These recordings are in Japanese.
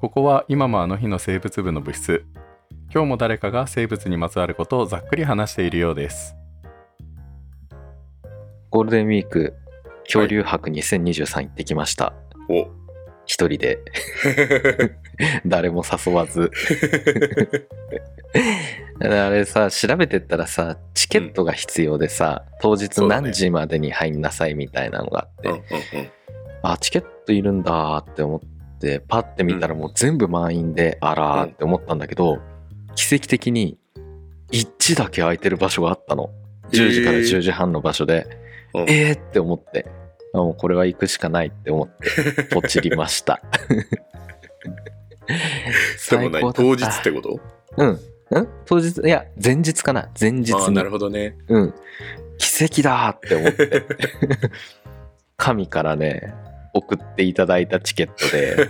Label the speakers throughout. Speaker 1: ここは今もあの日の生物部の部室今日も誰かが生物にまつわることをざっくり話しているようです
Speaker 2: ゴールデンウィーク恐竜博2023行ってきました。
Speaker 3: お
Speaker 2: 一人 で誰も誘わず。あれさ、調べてったらさ、チケットが必要でさ、当日
Speaker 3: そうだね
Speaker 2: 何時までに入んなさいみたいなのがあって、
Speaker 3: うんうんうん
Speaker 2: あ、チケットいるんだーって思って、パッて見たらもう全部満員で、あらーって思ったんだけど、奇跡的に1だけ空いてる場所があったの。10時から10時半の場所で、
Speaker 3: うん
Speaker 2: えーって思って、あもうこれは行くしかないって思って、ポチりました。
Speaker 3: でも
Speaker 2: 最
Speaker 3: ない
Speaker 2: 高だった
Speaker 3: 当日ってこと
Speaker 2: うん。ん当日、いや、前日かな。前日
Speaker 3: ああ
Speaker 2: に
Speaker 3: な。るほどね
Speaker 2: うん。奇跡だーって思って。神からね、送っていただいたチケットで、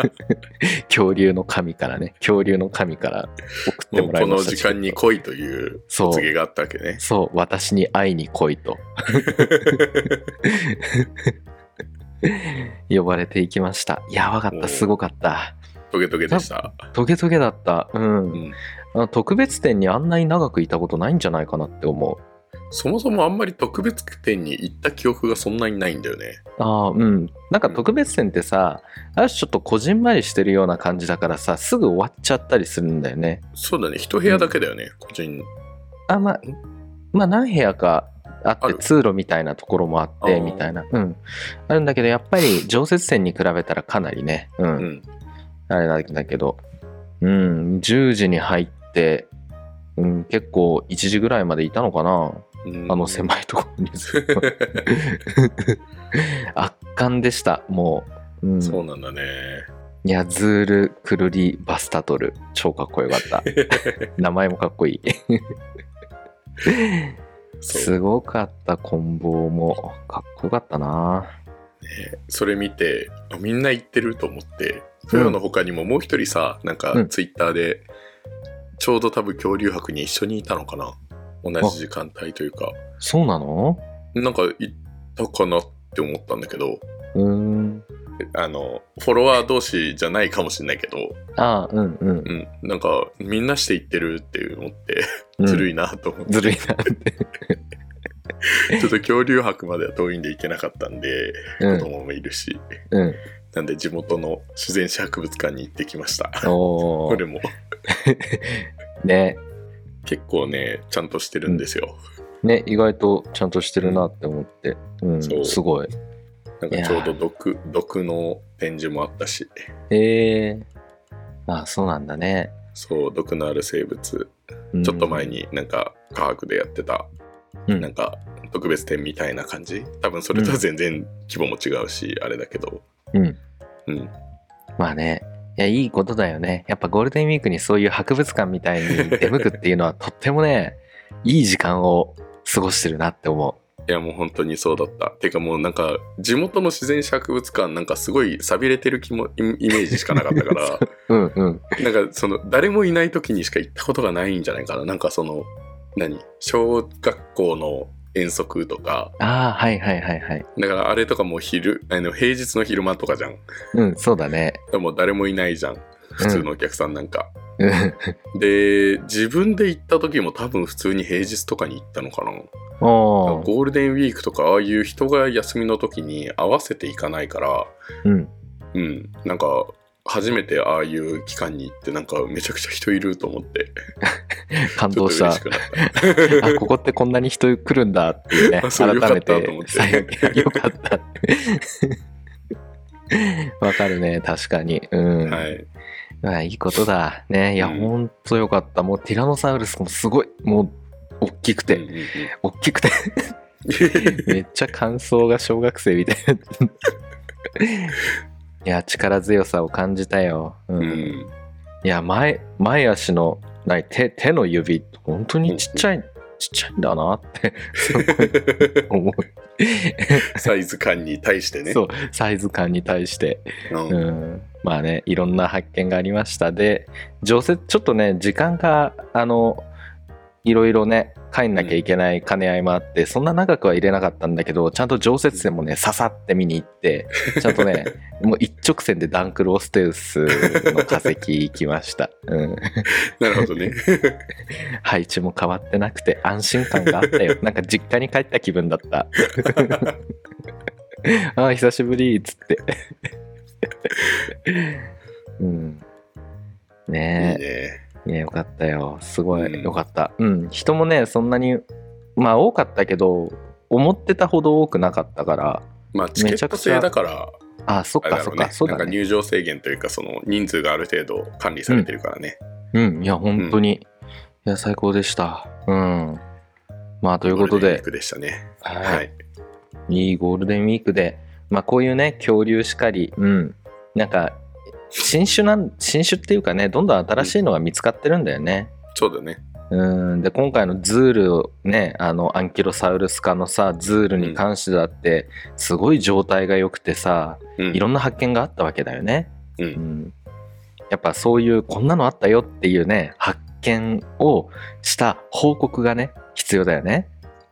Speaker 2: 恐竜の神からね、恐竜の神から送って
Speaker 3: も
Speaker 2: も
Speaker 3: う
Speaker 2: らい
Speaker 3: こ
Speaker 2: ま
Speaker 3: の
Speaker 2: した。
Speaker 3: 時間に
Speaker 2: チケット
Speaker 3: 来いという
Speaker 2: そう
Speaker 3: 告げがあったわけね
Speaker 2: そう、私に会いに来いと。呼ばれていきました。やばかっ
Speaker 3: おう
Speaker 2: た、すごかった。
Speaker 3: トゲトゲでした
Speaker 2: トゲトゲだった。うん。
Speaker 3: うん
Speaker 2: あの特別展にあんなに長くいたことないんじゃないかなって思う。
Speaker 3: そもそもあんまり特別展に行った記憶がそんなにないんだよね
Speaker 2: ああうんなんか特別展ってさ、ある種ちょっとこじんまりしてるような感じだからさすぐ終わっちゃったりするんだよね
Speaker 3: そうだね一部屋だけだよね、個人
Speaker 2: あまあまあ何部屋かあ
Speaker 3: あ
Speaker 2: っ
Speaker 3: る
Speaker 2: て通路みたいなところもあっ
Speaker 3: あ
Speaker 2: て
Speaker 3: ー
Speaker 2: みたいなうんあるんだけどやっぱ り常設展に比べたらかなりねうん、
Speaker 3: うん
Speaker 2: あれなんだけどうん10時に入って、うん、結構1時ぐらいまでいたのかな
Speaker 3: うん
Speaker 2: あの狭いとこ ろに 圧巻でしたもう、うん、
Speaker 3: そうなんだね
Speaker 2: いや、ズール、クルリ、バスタトル。超かっこよか った。名前もかっこいい。
Speaker 3: そう
Speaker 2: すごかった、棍棒も。かっこよかったな。
Speaker 3: それ見てあみんな行ってると思って豊の他にももう一人さなん
Speaker 2: う
Speaker 3: か
Speaker 2: ん
Speaker 3: ツイッターで、ちょうど多分恐竜博に一緒にいたのかな同じ時間帯というか
Speaker 2: そうなの
Speaker 3: なんか行ったかなって思ったんだけど
Speaker 2: うーん。
Speaker 3: あのフォロワー同士じゃないかもしれないけど、
Speaker 2: ああ、うんうん
Speaker 3: う。ん、なんかみんなして行ってるっていう思って
Speaker 2: うん
Speaker 3: ずるいなと思って、
Speaker 2: ずるい なって。
Speaker 3: ちょっと恐竜博までは遠いんで行けなかったんで
Speaker 2: う
Speaker 3: 子
Speaker 2: ん
Speaker 3: 供もいるし、
Speaker 2: うん。
Speaker 3: なんで地元の自然史博物館に行ってきました
Speaker 2: お
Speaker 3: こ
Speaker 2: ー
Speaker 3: れも
Speaker 2: ね。
Speaker 3: 結構ねちゃんとしてるんですよ、
Speaker 2: ね、意外とちゃんとしてるなって思って。うん、
Speaker 3: そう
Speaker 2: すごい。
Speaker 3: なんかちょうど毒毒の展示もあったし
Speaker 2: ええああ、そうなんだね。
Speaker 3: そう毒のある生物、
Speaker 2: うん
Speaker 3: ちょっと前、になんか科学でやってた
Speaker 2: うん
Speaker 3: なんか特別展みたいな感じ多分それとは全然規模も違うし、あれだけど
Speaker 2: うん。
Speaker 3: うん
Speaker 2: まあね、いや、いいことだよね。やっぱゴールデンウィークにそういう博物館みたいに出向くっていうのはとってもね、 いい時間を過ごしてるなって思
Speaker 3: いやもう本当にそうだったてかもうなんか地元の自然史博物館なんかすごい寂れてる気もイイメージしかなかったから
Speaker 2: う。うんうん。
Speaker 3: なんかその誰もいない時にしか行ったことがないんじゃないかななんかその何小学校の遠足とか
Speaker 2: ああ、はいはいはいはい。
Speaker 3: だからあれとかもう昼あの平日の昼間とかじゃん
Speaker 2: うん、そうだね。
Speaker 3: でも誰もいないじゃん普通のお客さんなんか、
Speaker 2: うん。
Speaker 3: で自分で行った時も多分普通に平日とかに行ったのかな
Speaker 2: おー
Speaker 3: ゴールデンウィークとかああいう人が休みの時に合わせていかないから
Speaker 2: うん。
Speaker 3: うんなんか初めてああいう期間に行ってなんかめちゃくちゃ人いると思って
Speaker 2: 感
Speaker 3: ちょ
Speaker 2: 動
Speaker 3: っと
Speaker 2: した。
Speaker 3: 嬉
Speaker 2: あ、
Speaker 3: しくなっ
Speaker 2: ここってこんなに人来るんだっていうね。
Speaker 3: あそう
Speaker 2: 改めて。
Speaker 3: よかったと思って
Speaker 2: よかった。 わかるね、確かに。うん。
Speaker 3: たはい
Speaker 2: まあいいことだ。ね。いや、
Speaker 3: うん
Speaker 2: ほんとよかった。もうティラノサウルスもすごい。もう、大きく
Speaker 3: うん
Speaker 2: て、
Speaker 3: うんうん
Speaker 2: 大き くて、めっちゃ感想が小学生みたいな。いや、力強さを感じたよ。うん。
Speaker 3: う
Speaker 2: い
Speaker 3: ん
Speaker 2: や、前、前足の、ない、手、手の指、本当にちっちゃい、ちっちゃいんだなって思う。
Speaker 3: サイズ感に対してね
Speaker 2: そう、サイズ感に対して。
Speaker 3: うん
Speaker 2: うん、まあねいろんな発見がありましたで常設ちょっとね時間があのいろいろね帰んなきゃいけない兼ね合いもあって、そんな長くは入れなかったんだけどちゃんと常設戦もねささって見に行ってちゃんとねもう一直線でダンクローステウスの化石行きました、うん、
Speaker 3: なるほどね。
Speaker 2: 配置も変わってなくて安心感があった よなんか実家に帰った気分だった ああ久しぶりっつって うん
Speaker 3: いい
Speaker 2: ねえ
Speaker 3: ね。
Speaker 2: いや、よかったよ。すご
Speaker 3: うん
Speaker 2: い、よかった。うん、人もね、そんなに、まあ多かったけど、思ってたほど多くなかったから、
Speaker 3: まあチケ
Speaker 2: めち
Speaker 3: ッ
Speaker 2: ゃ
Speaker 3: ト
Speaker 2: くちゃ
Speaker 3: 制だから、
Speaker 2: あ、そっ
Speaker 3: あれ
Speaker 2: か
Speaker 3: だ
Speaker 2: そ
Speaker 3: ろ
Speaker 2: っ
Speaker 3: う
Speaker 2: か、
Speaker 3: ね。
Speaker 2: そう
Speaker 3: なん
Speaker 2: だ
Speaker 3: か
Speaker 2: ね。
Speaker 3: 入場制限というか、その人数がある程度管理されてるからね。
Speaker 2: うん、いや、本当に。いや、最高でした。うん。まあ、ということ
Speaker 3: ゴールデンウィ
Speaker 2: で
Speaker 3: ー、クでしたね。
Speaker 2: は
Speaker 3: はいい。
Speaker 2: いいゴールデンウィークで、まあ、こういうね、恐竜しかり、うん、なんか、新種なん、新種っていうかね、どんどん新しいのが見つかってるんだよね。
Speaker 3: そうだね。
Speaker 2: うんで今回のズールをねあのアンキロサウルス科のさズールに関してだってすごい状態が良くてさ
Speaker 3: うん
Speaker 2: いろんな発見があったわけだよね、
Speaker 3: うん
Speaker 2: んやっぱそういうこんなのあったよっていうね発見をした報告がね必要だよね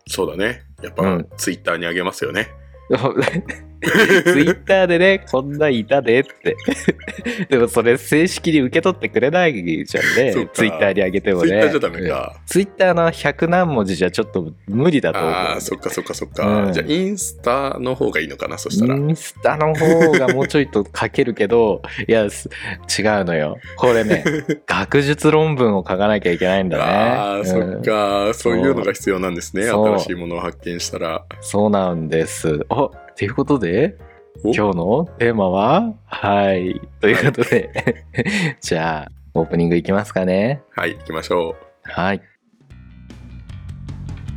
Speaker 3: そうだね。やっぱ、
Speaker 2: うん
Speaker 3: ツイッターにあげますよね。
Speaker 2: ツイッターでねこんないたでって でもそれ正式に受け取ってくれないじゃん
Speaker 3: そっ
Speaker 2: ね
Speaker 3: か
Speaker 2: ツイッターにあげてもね
Speaker 3: ツイッターじゃダメか。
Speaker 2: ツイッターの100何文字じゃちょっと無理だと思う。
Speaker 3: ああ、そっかそっかそっか。
Speaker 2: うん
Speaker 3: じゃあ、インスタの方がいいのかな、そしたら。
Speaker 2: ミスターの方がもうちょいと書けるけど、いや、す違うのよ。これ ね、学術論文を書かなきゃいけないんだね。
Speaker 3: ああ、
Speaker 2: う
Speaker 3: そっ
Speaker 2: ん
Speaker 3: か。そういうのが必要なんですね。
Speaker 2: そう
Speaker 3: 新しいものを発見したら。
Speaker 2: そうなんです。あということで、
Speaker 3: お
Speaker 2: 今日のテーマははい。ということで、 じゃあ、オープニングいきますかね。
Speaker 3: はい、行きましょ
Speaker 2: はい。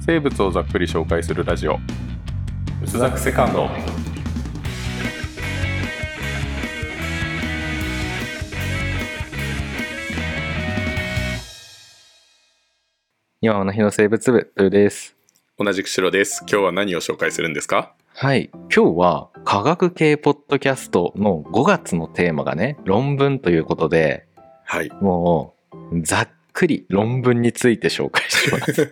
Speaker 1: 生物をざっくり紹介するラジオ「うつざくセカンド」
Speaker 2: 今の日の生物部、というです。
Speaker 3: う。同じく白です。今日は何を紹介するんですか
Speaker 2: はい今日は科学系ポッドキャストの5月のテーマがね論文ということで
Speaker 3: はい。
Speaker 2: もうざっくり論文について紹介します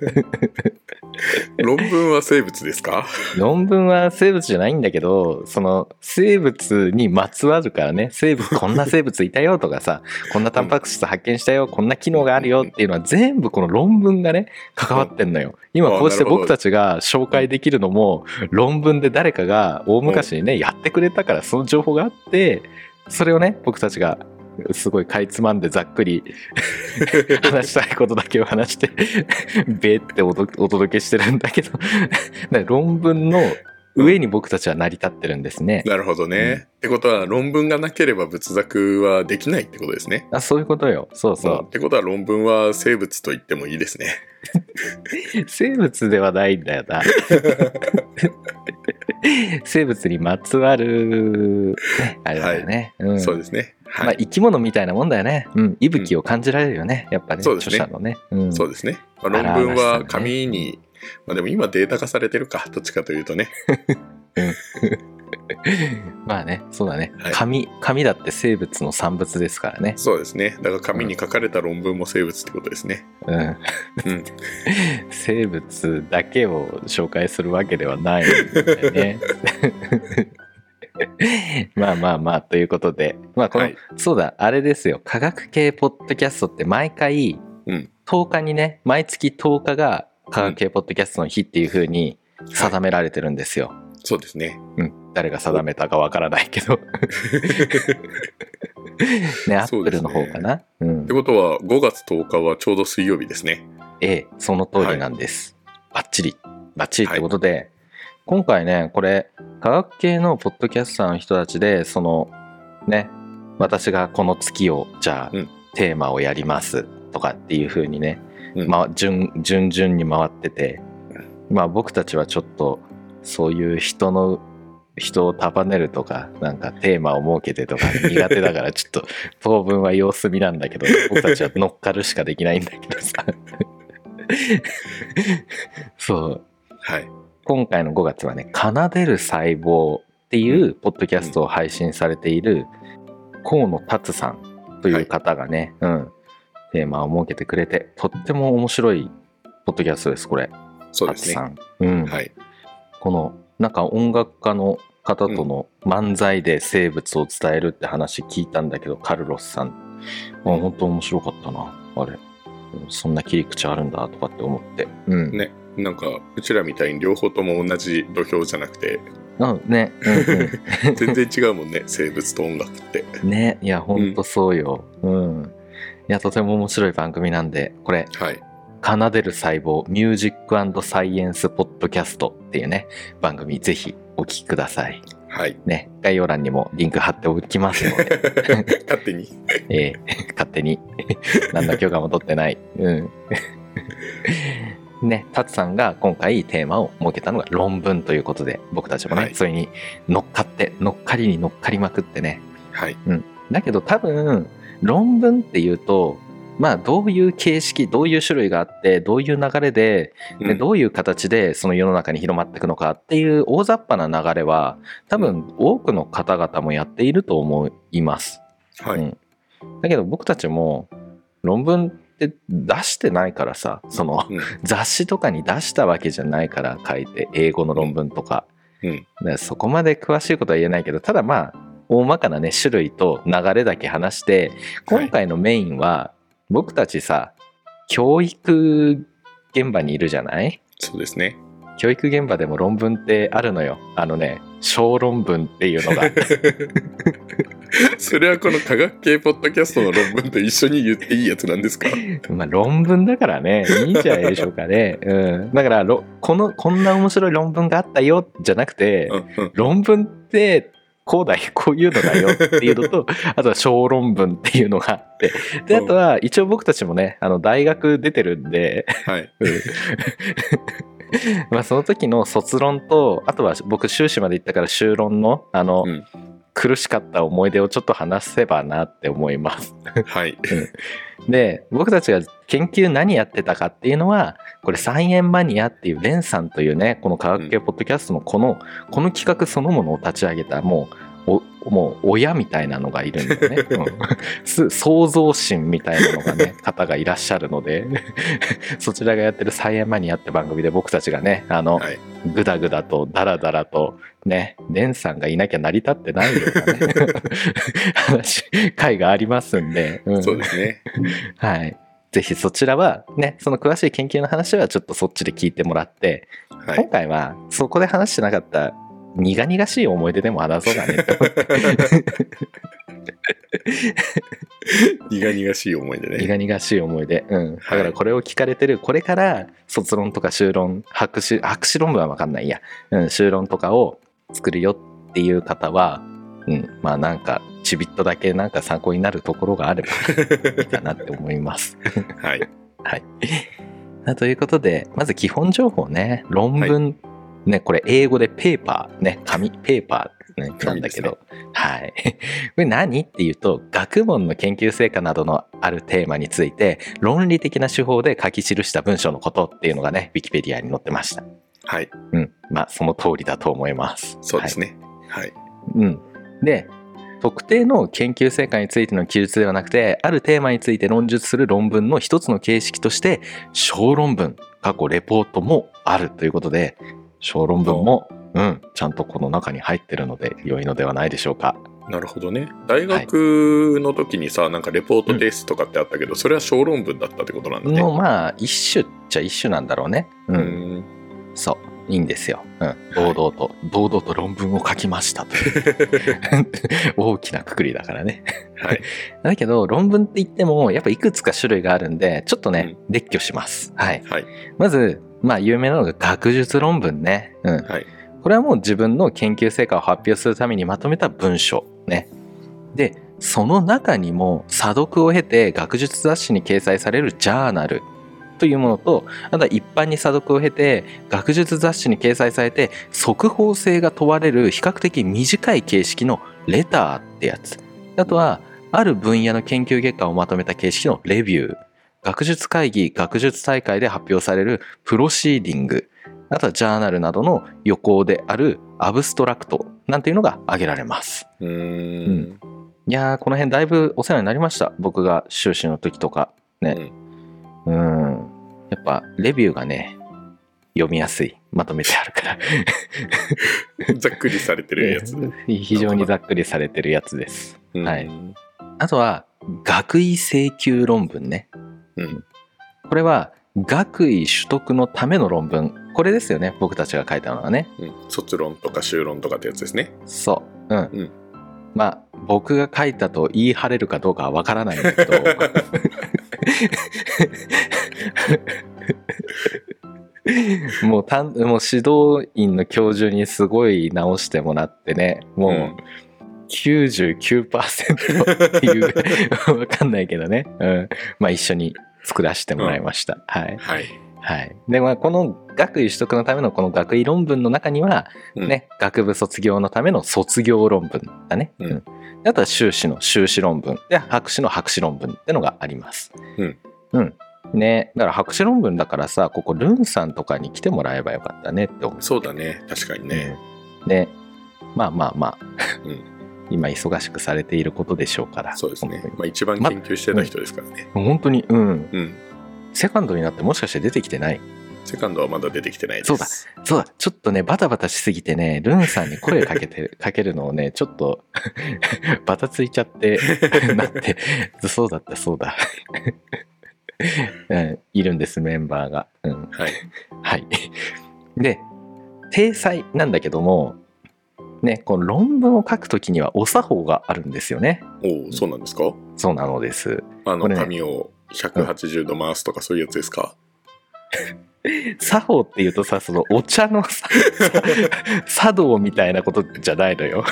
Speaker 3: 論文は生物ですか
Speaker 2: 論文は生物じゃないんだけどその生物にまつわるからね生物こんな生物いたよとか さこんなタンパク質発見したよこんな機能があるよっていうのは全部この論文がね関わってんのよ今こうして
Speaker 3: あなるほど
Speaker 2: 僕たちが紹介できるのも論文で誰かが大昔にねやってくれたからその情報があってそれをね僕たちがすごいかいつまんでざっくり話したいことだけを話して べっておどお届けしてるんだけどだ から論文の上に僕たちは成り立ってるんですね。
Speaker 3: なるほどね。ってことは、論文がなければ仏作はできないってことですね。
Speaker 2: あそういうことよそう
Speaker 3: うん
Speaker 2: そ
Speaker 3: ってことは、論文は生物と言ってもいいですね。
Speaker 2: う、生物ではないんだよ な生物にまつわる、ね、あれだよね、うん
Speaker 3: そうですね。
Speaker 2: ま
Speaker 3: は
Speaker 2: あ、
Speaker 3: い。
Speaker 2: 生き物みたいなもんだよね、うん、息吹を感じられるよねやっぱね
Speaker 3: そうです
Speaker 2: 著
Speaker 3: ね
Speaker 2: 者のね、うん、
Speaker 3: そうですね。まあ論文は紙に、まあでも今データ化されてるか、どっちかというとね。
Speaker 2: まあねそうだね、
Speaker 3: はい
Speaker 2: 紙紙だって生物の産物ですからね、
Speaker 3: そうですね。だから紙に書かれた論文も生物ってことですね。
Speaker 2: うん、
Speaker 3: うん。
Speaker 2: 生物だけを紹介するわけではないんでね。 まあまあまあということで、まあこの
Speaker 3: はい
Speaker 2: そうだあれですよ科学系ポッドキャストって毎回
Speaker 3: うん
Speaker 2: 10日にね毎月10日が科学系ポッドキャストの日っていう風に定められてるんですよ。
Speaker 3: そうですね。
Speaker 2: うん、誰が定めたかわからないけ どねアップルの方かなう、
Speaker 3: っ
Speaker 2: ん
Speaker 3: て、ことは、5月10日はちょうど水曜日ですね。
Speaker 2: ええ、その通りなんです。バッチリ。バッチリってことで、今回ね、これ、科学系のポッドキャスターの人たちで、その、ね、私がこの月を、じゃあ、
Speaker 3: うん
Speaker 2: テーマをやりますとかっていう風にね、
Speaker 3: うん
Speaker 2: まあ、順、順々に回ってて、まあ、僕たちはちょっと、そういう人の、人を束ねるとか、なんかテーマを設けてとか苦手だから、ちょっと当分は様子見なんだけど、僕たちは乗っかるしかできないんだけどさ。 そう。
Speaker 3: はい。
Speaker 2: 今回の5月はね、奏でる細胞っていうポッドキャストを配信されている河野達さんという方がね、うん、テーマを設けてくれて、とっても面白いポッドキャストです、これ。
Speaker 3: そうです
Speaker 2: ハ
Speaker 3: ね。
Speaker 2: ッチさん。うん。
Speaker 3: はい。
Speaker 2: この、なんか音楽家の方との漫才で生物を伝えるって話聞いたんだけど、カルロスさん。あ、本当面白かったな、あれ。そんな切り口あるんだとかって思って。うん。
Speaker 3: ね。なんか、うちらみたいに両方とも同じ土俵じゃなくて、
Speaker 2: なね、 うん
Speaker 3: 全然違うも んね、生物と音楽って。
Speaker 2: うん、ね、いや、ほんとそうよ。うん。いや、とても面白い番組なんで、これ、
Speaker 3: はい。
Speaker 2: 奏でる細胞ミュージックサイエンスポッドキャストっていうね、番組ぜひお聞きください。
Speaker 3: はい。
Speaker 2: ね、概要欄にもリンク貼っておきますの で、
Speaker 3: 勝手に。
Speaker 2: えー勝手に 何の許可も取ってない。うん。 ね、タツさんが今回テーマを設けたのが論文ということで、僕たちもね、
Speaker 3: はい
Speaker 2: それに乗っかって、乗っかりに乗っかりまくってね。
Speaker 3: はい。
Speaker 2: だけど多分、論文っていうと、まあどういう形式、どういう種類があって、どういう流れで、
Speaker 3: う
Speaker 2: で
Speaker 3: ん
Speaker 2: どういう形でその世の中に広まっていくのかっていう大雑把な流れは多分多くの方々もやっていると思います。
Speaker 3: は
Speaker 2: う
Speaker 3: い。
Speaker 2: んだけど僕たちも論文って出してないからさその
Speaker 3: うん
Speaker 2: 雑誌とかに出したわけじゃないから書いて英語の論文とか,、
Speaker 3: うん
Speaker 2: そこまで詳しいことは言えないけどただまあ大まかなね種類と流れだけ話して今回のメインは僕たちさ教育現場にいるじゃない
Speaker 3: そうですね。
Speaker 2: 教育現場でも論文ってあるのよあのね小論文っていうの が
Speaker 3: それはこの科学系ポッドキャストの論文と一緒に言っていいやつなんですか
Speaker 2: まあ論文だからねいいんじゃないでしょうかね、うん、だからろこのこんな面白い論文があったよじゃなくて
Speaker 3: うんうん
Speaker 2: 論文ってこうだよこういうのだよっていう のとあとは小論文っていうのがあってであとは一応僕たちもねあの大学出てるんで
Speaker 3: はい。
Speaker 2: まあその時の卒論とあとは僕修士まで行ったから修論のあの、
Speaker 3: うん
Speaker 2: 苦しかった思い出をちょっと話せばなって思います。
Speaker 3: はい。
Speaker 2: で僕たちが研究何やってたかっていうのはこれ「サイエンマニア」っていうレンさんというねこの科学系ポッドキャストのこの、この企画そのものを立ち上げたもうおもう親みたいなのがいるんだ よね、うんす創造心みたいなのがね方がいらっしゃるので そちらがやってる「サイエンマニア」って番組で僕たちがねあの、
Speaker 3: はい
Speaker 2: グダグダとダラダラとねレンさんがいなきゃ成り立ってないような ね話回がありますんで、うん
Speaker 3: そうですね。
Speaker 2: はい。ぜひそちらはね、その詳しい研究の話はちょっとそっちで聞いてもらって、
Speaker 3: はい
Speaker 2: 今。回はそこで話してなかった苦々しい思い出でも 話そうだねと。
Speaker 3: 苦々しい思い出ね。
Speaker 2: 苦々しい思い出。うん。だからこれを聞かれてる、これから卒論とか修論、博士、博士論文はわかんないや。うん、修論とかを作るよっていう方は、うん、まあなんか、ちびっとだけなんか参考になるところがあればいいかなって思います。
Speaker 3: はい。
Speaker 2: はい。あということで、まず基本情報ね、論文、ね、これ英語でペーパー、ね、紙、ペーパー、 ね、なんだけど、はい。 これ何っていうと、学問の研究成果などのあるテーマについて、論理的な手法で書き記した文章のことっていうのがね、ウィキペディアに載ってました。
Speaker 3: はい。
Speaker 2: うん。まあ、その通りだと思います。
Speaker 3: そうです
Speaker 2: ね。
Speaker 3: ね。はい。
Speaker 2: うん。で、特定の研究成果についての記述ではなくて、あるテーマについて論述する論文の一つの形式として、小論文、過去レポートもあるということで、小論文も、うん、ちゃんとこの中に入ってるので良いのではないでしょうか。
Speaker 3: なるほどね。大学の時にさ、なんかレポート提出とかってあったけど、それは小論文だったってことなんだね。
Speaker 2: の、まあ、一種っちゃ一種なんだろうね。う、
Speaker 3: うんん。
Speaker 2: そう。いいんですよ。うん。堂々と、堂々と論文を書きましたという 大きなくくりだからね。
Speaker 3: はい。
Speaker 2: だけど論文って言ってもやっぱいくつか種類があるんでちょっとね、列挙します。はい。
Speaker 3: はい。
Speaker 2: まずまあ有名なのが学術論文ね。うん。
Speaker 3: はい。
Speaker 2: これはもう自分の研究成果を発表するためにまとめた文章ね。でその中にも査読を経て学術雑誌に掲載されるジャーナルというものとあとは一般に査読を経て学術雑誌に掲載されて速報性が問われる比較的短い形式のレターってやつあとはある分野の研究結果をまとめた形式のレビュー学術会議学術大会で発表されるプロシーディングあとはジャーナルなどの予行であるアブストラクトなんていうのが挙げられます
Speaker 3: うーん。
Speaker 2: いやーこの辺だいぶお世話になりました僕が修士の時とかねうんやっぱレビューがね、読みやすい。まとめてあるから。
Speaker 3: ざっくりされてるやつ。
Speaker 2: 非常にざっくりされてるやつです。
Speaker 3: うん
Speaker 2: はい。あとは、学位請求論文ね。
Speaker 3: うん。
Speaker 2: これは、学位取得のための論文。これですよね。僕たちが書いたのはね。
Speaker 3: うん卒論とか修論とかってやつですね。
Speaker 2: そう。うん。
Speaker 3: うん
Speaker 2: まあ、僕が書いたと言い張れるかどうかはわからないんだ けど。もうたんもう指導員の教授にすごい直してもらってねもうう99%っていう わかんないけどね、うん、まあ一緒に作らせてもらいました、はい
Speaker 3: はい。
Speaker 2: はいでまあこの学位取得のためのこの学位論文の中には
Speaker 3: うん
Speaker 2: ね、学部卒業のための卒業論文だね、
Speaker 3: うん
Speaker 2: であとは修士の修士論文で博士の博士論文ってのがあります
Speaker 3: うん、
Speaker 2: うんねだから博士論文だからさここルンさんとかに来てもらえばよかったねって思う
Speaker 3: そうだね。確かにね。
Speaker 2: ねまあまあまあ、
Speaker 3: う
Speaker 2: 今忙しくされていることでしょうから
Speaker 3: そうですね
Speaker 2: 本。
Speaker 3: まあ一番研究してた人ですからね。
Speaker 2: 当に本当にうん
Speaker 3: うん。
Speaker 2: セカンドになってもしかして出てきてない
Speaker 3: セカンドはまだ出てきてないです。
Speaker 2: そうだそうだちょっとねバタバタしすぎてねルンさんに声かけてかけるのをねちょっと バタついちゃって なってそうだったそうだ、うん、いるんですメンバーが、うん、
Speaker 3: はい。
Speaker 2: はいで体裁なんだけどもねこの論文を書くときにはお作法があるんですよね
Speaker 3: おお、そうなんですか
Speaker 2: そうなのです
Speaker 3: あ
Speaker 2: こ
Speaker 3: の、
Speaker 2: れね
Speaker 3: 紙を180度回すとかそういうやつですか
Speaker 2: 作法っていうとさそのお茶のさ茶道みたいなことじゃないのよ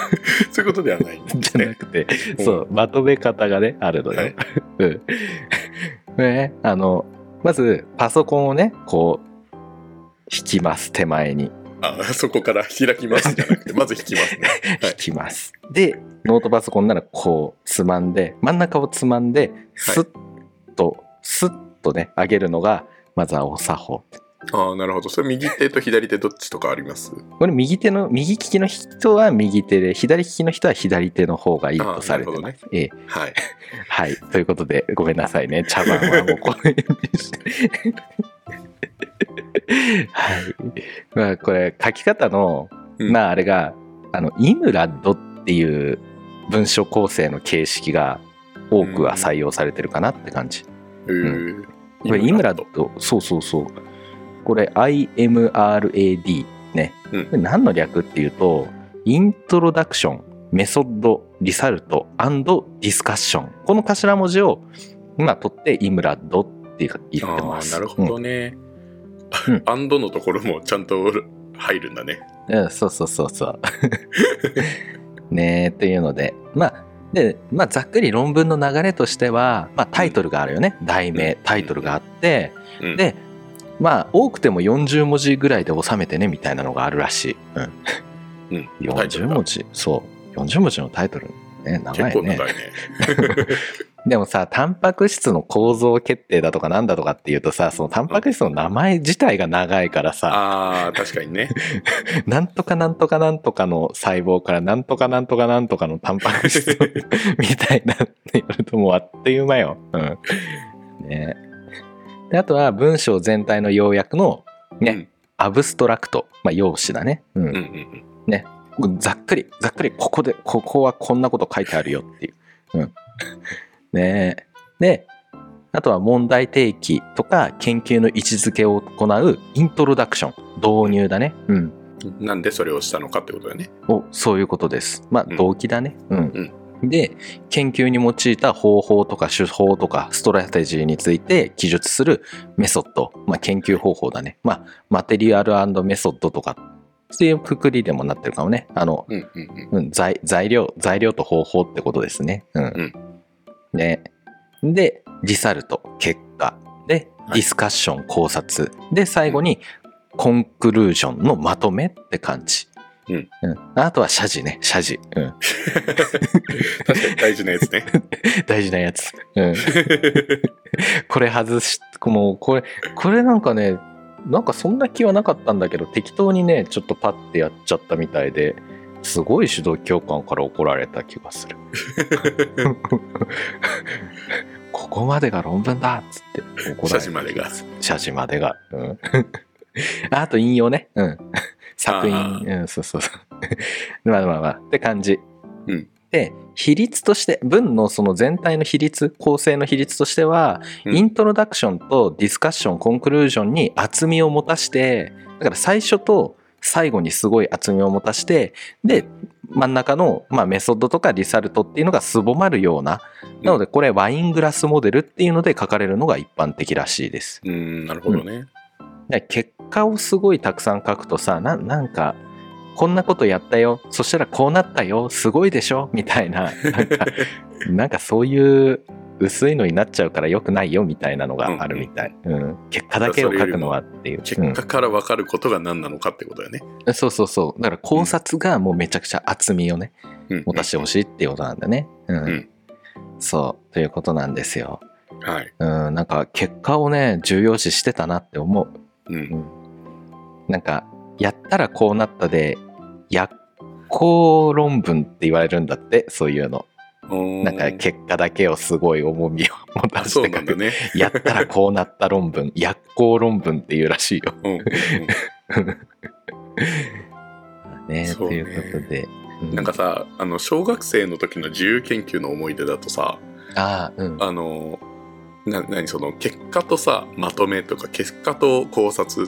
Speaker 3: そういうことではない。
Speaker 2: じゃなくて、
Speaker 3: う ん
Speaker 2: そう、まとめ方がね、あるのよ。
Speaker 3: はい
Speaker 2: うん。ね、あの、まず、パソコンをね、こう、引きます、手前に。
Speaker 3: あそこから開きますじゃ なくて、まず引きますね。はい
Speaker 2: 引きます。で、ノートパソコンなら、こう、つまんで、真ん中をつまんで、スッと、スッとね、上げるのが、まずはお作法。
Speaker 3: ああ、なるほど。それ右手と左手どっちとかあります
Speaker 2: これ、右手の、右利きの人は右手で、左利きの人は左手の方がいいとされて
Speaker 3: あな
Speaker 2: ま
Speaker 3: る
Speaker 2: す。ええ
Speaker 3: はい。
Speaker 2: はい。ということで、ごめんなさいね。茶番はもうこれ にして。はい。まあ、これ、書き方の、
Speaker 3: うん
Speaker 2: まあ、あれが、あの、イムラッドっていう文章構成の形式が多くは採用されてるかなって感じ。
Speaker 3: うー
Speaker 2: これ、イムラッ。ド、そうそうそう。これ、IMRAD ね。
Speaker 3: うん
Speaker 2: これ何の略っていうと、イントロダクション、メソッド、リサルト、アンドディスカッション。この頭文字を、今取って、イムラッドって言って
Speaker 3: あ
Speaker 2: ま
Speaker 3: あ、
Speaker 2: す。
Speaker 3: なるほどね。
Speaker 2: うん
Speaker 3: アンドのところもちゃんと入るんだね。
Speaker 2: うん、うんそうそうそうそう。 ねえ、というので。まあ、で、まあ、ざっくり論文の流れとしては、まあ、タイトルがあるよね。題名、タイトルがあって、
Speaker 3: うん、
Speaker 2: でまあ多くても40文字ぐらいで収めてねみたいなのがあるらしい、
Speaker 3: うん
Speaker 2: うん、
Speaker 3: タイトル
Speaker 2: 40
Speaker 3: が
Speaker 2: 文字そう40文字のタイトルね長
Speaker 3: 結
Speaker 2: い
Speaker 3: 構
Speaker 2: ね
Speaker 3: 長いね。
Speaker 2: でもさタンパク質の構造決定だとかなんだとかっていうとさそのタンパク質の名前自体が長いからさ、
Speaker 3: ああ、確かにね。
Speaker 2: なんとかなんとかなんとかの細胞からなんとかなんとかなんとかのタンパク質 みたいなってやるともうあっという間よ。うん。ねであとは文章全体の要約の ね、
Speaker 3: うん
Speaker 2: アブストラクト、まあ、用紙だね。うん
Speaker 3: うんうん
Speaker 2: ざっくりざっくりここでここはこんなこと書いてあるよっていう。うん、ねえであとは問題提起とか研究の位置づけを行うイントロダクション導入だね。うん
Speaker 3: うん。なんでそれをしたのかってことだよね。
Speaker 2: おそういうことですまあ
Speaker 3: うん
Speaker 2: 動機だねうん、で研究に用いた方法とか手法とかストラテジーについて記述するメソッド、まあ、研究方法だねまあマテリアルメソッドとかっていうくくりでもなってるかもねあの、
Speaker 3: うんうん うん。
Speaker 2: うん、材材料材料と方法ってことですねうん、
Speaker 3: ん
Speaker 2: ねでリサルト結果で
Speaker 3: はい
Speaker 2: ディスカッション、考察で最後にコンクルージョンのまとめって感じ
Speaker 3: うん、
Speaker 2: あとは謝辞ね謝辞、うん、
Speaker 3: 確かに大事なや つね。
Speaker 2: 大事なやつ、うん、 これ外しもうこれこれなんかねなんかそんな気はなかったんだけど適当にねちょっとパッてやっちゃったみたいですごい指導 教官から怒られた気がするここまでが論文だっつって怒られ
Speaker 3: 写真までが。
Speaker 2: 写真までが。うん。 あと引用ね。 うん。作
Speaker 3: あ
Speaker 2: 品。うん、そうそうそう。 まあまあまあ。って感じ。
Speaker 3: うん
Speaker 2: で、比率として、文のその全体の比率、構成の比率としては、
Speaker 3: うん
Speaker 2: イントロダクションとディスカッション、コンクルージョンに厚みを持たして、だから最初と最後にすごい厚みを持たして、で、真ん中の、まあ、メソッドとかリサルトっていうのがすぼまるような。なので、これワイングラスモデルっていうので書かれるのが一般的らしいです。
Speaker 3: うん、なるほどね。
Speaker 2: で結果をすごいたくさん書くとさななんかこんなことやったよそしたらこうなったよすごいでしょみたいななん かなんかそういう薄いのになっちゃうから良くないよみたいなのがあるみたい、うん結果だけを書くのはっていう
Speaker 3: 結果から分かることが何なのかってことだよね。
Speaker 2: うんそうそうそうだから考察がもうめちゃくちゃ厚みをね
Speaker 3: うん。
Speaker 2: 持たせてほしいっていうことなんだねうん、
Speaker 3: ん
Speaker 2: そうということなんですよ
Speaker 3: はい。
Speaker 2: うんなんか結果をね重要視してたなって思う
Speaker 3: うん。
Speaker 2: なんか、やったらこうなったで、薬効論文って言われるんだって、そういうの。
Speaker 3: おー
Speaker 2: なんか、結果だけをすごい重みを持た
Speaker 3: あ
Speaker 2: せ
Speaker 3: そう
Speaker 2: て
Speaker 3: な
Speaker 2: 書
Speaker 3: んだ
Speaker 2: く。
Speaker 3: ね。
Speaker 2: やったらこうなった論文、 薬効論文っていうらしいよ。
Speaker 3: うん。うん
Speaker 2: ね、
Speaker 3: そ
Speaker 2: と
Speaker 3: うね
Speaker 2: いうことで。う
Speaker 3: なんかさ、あの、小学生の時の自由研究の思い出だとさ、
Speaker 2: ああ、うん。
Speaker 3: あの、な、なにその、結果とさ、まとめとか、結果と考察、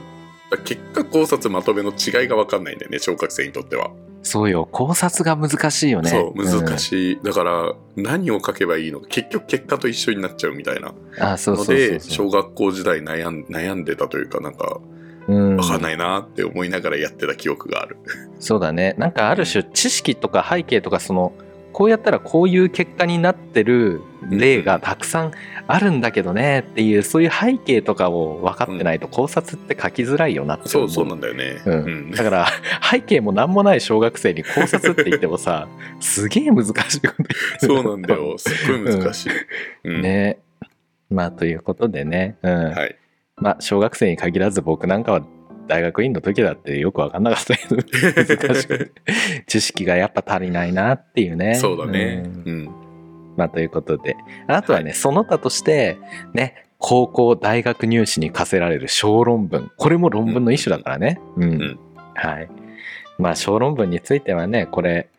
Speaker 3: 結果考察まとめの違いが分かんないんだよね、小学生にとっては。
Speaker 2: そうよ、考察が難しいよね。
Speaker 3: そう、難
Speaker 2: い。
Speaker 3: しい。だから、何を書けばいいのか、結局結果と一緒になっちゃうみたいな
Speaker 2: ああ、そうそ
Speaker 3: の
Speaker 2: うそう
Speaker 3: で、
Speaker 2: そう。
Speaker 3: 小学校時代悩ん悩んでたというか、なんか、
Speaker 2: うん
Speaker 3: 分かんないなって思いながらやってた記憶がある。
Speaker 2: そうだねなんかある種知識とか背景とかそのこうやったらこういう結果になってる例がたくさんあるんだけどねっていうそういう背景とかを分かってないと考察って書きづらいよなって
Speaker 3: そ
Speaker 2: 思う
Speaker 3: う、そうなんだよね。
Speaker 2: うん
Speaker 3: うん
Speaker 2: だから背景も何もない小学生に考察って言っても さすげえ難しいこと
Speaker 3: そうなんだよ。すっごい難しい。うん
Speaker 2: ねまあということでね、うん
Speaker 3: はい。
Speaker 2: まあ小学生に限らず僕なんかは大学院の時だってよく分かんなかったけど 難しくて知識がやっぱ足りないなっていうね
Speaker 3: そうだね。
Speaker 2: ん
Speaker 3: うん。
Speaker 2: まあ、ということで。あとはね、その他として、ね、高校、大学入試に課せられる小論文。これも論文の一種だからね。うん。
Speaker 3: ん
Speaker 2: はい。まあ、小論文についてはね、これ、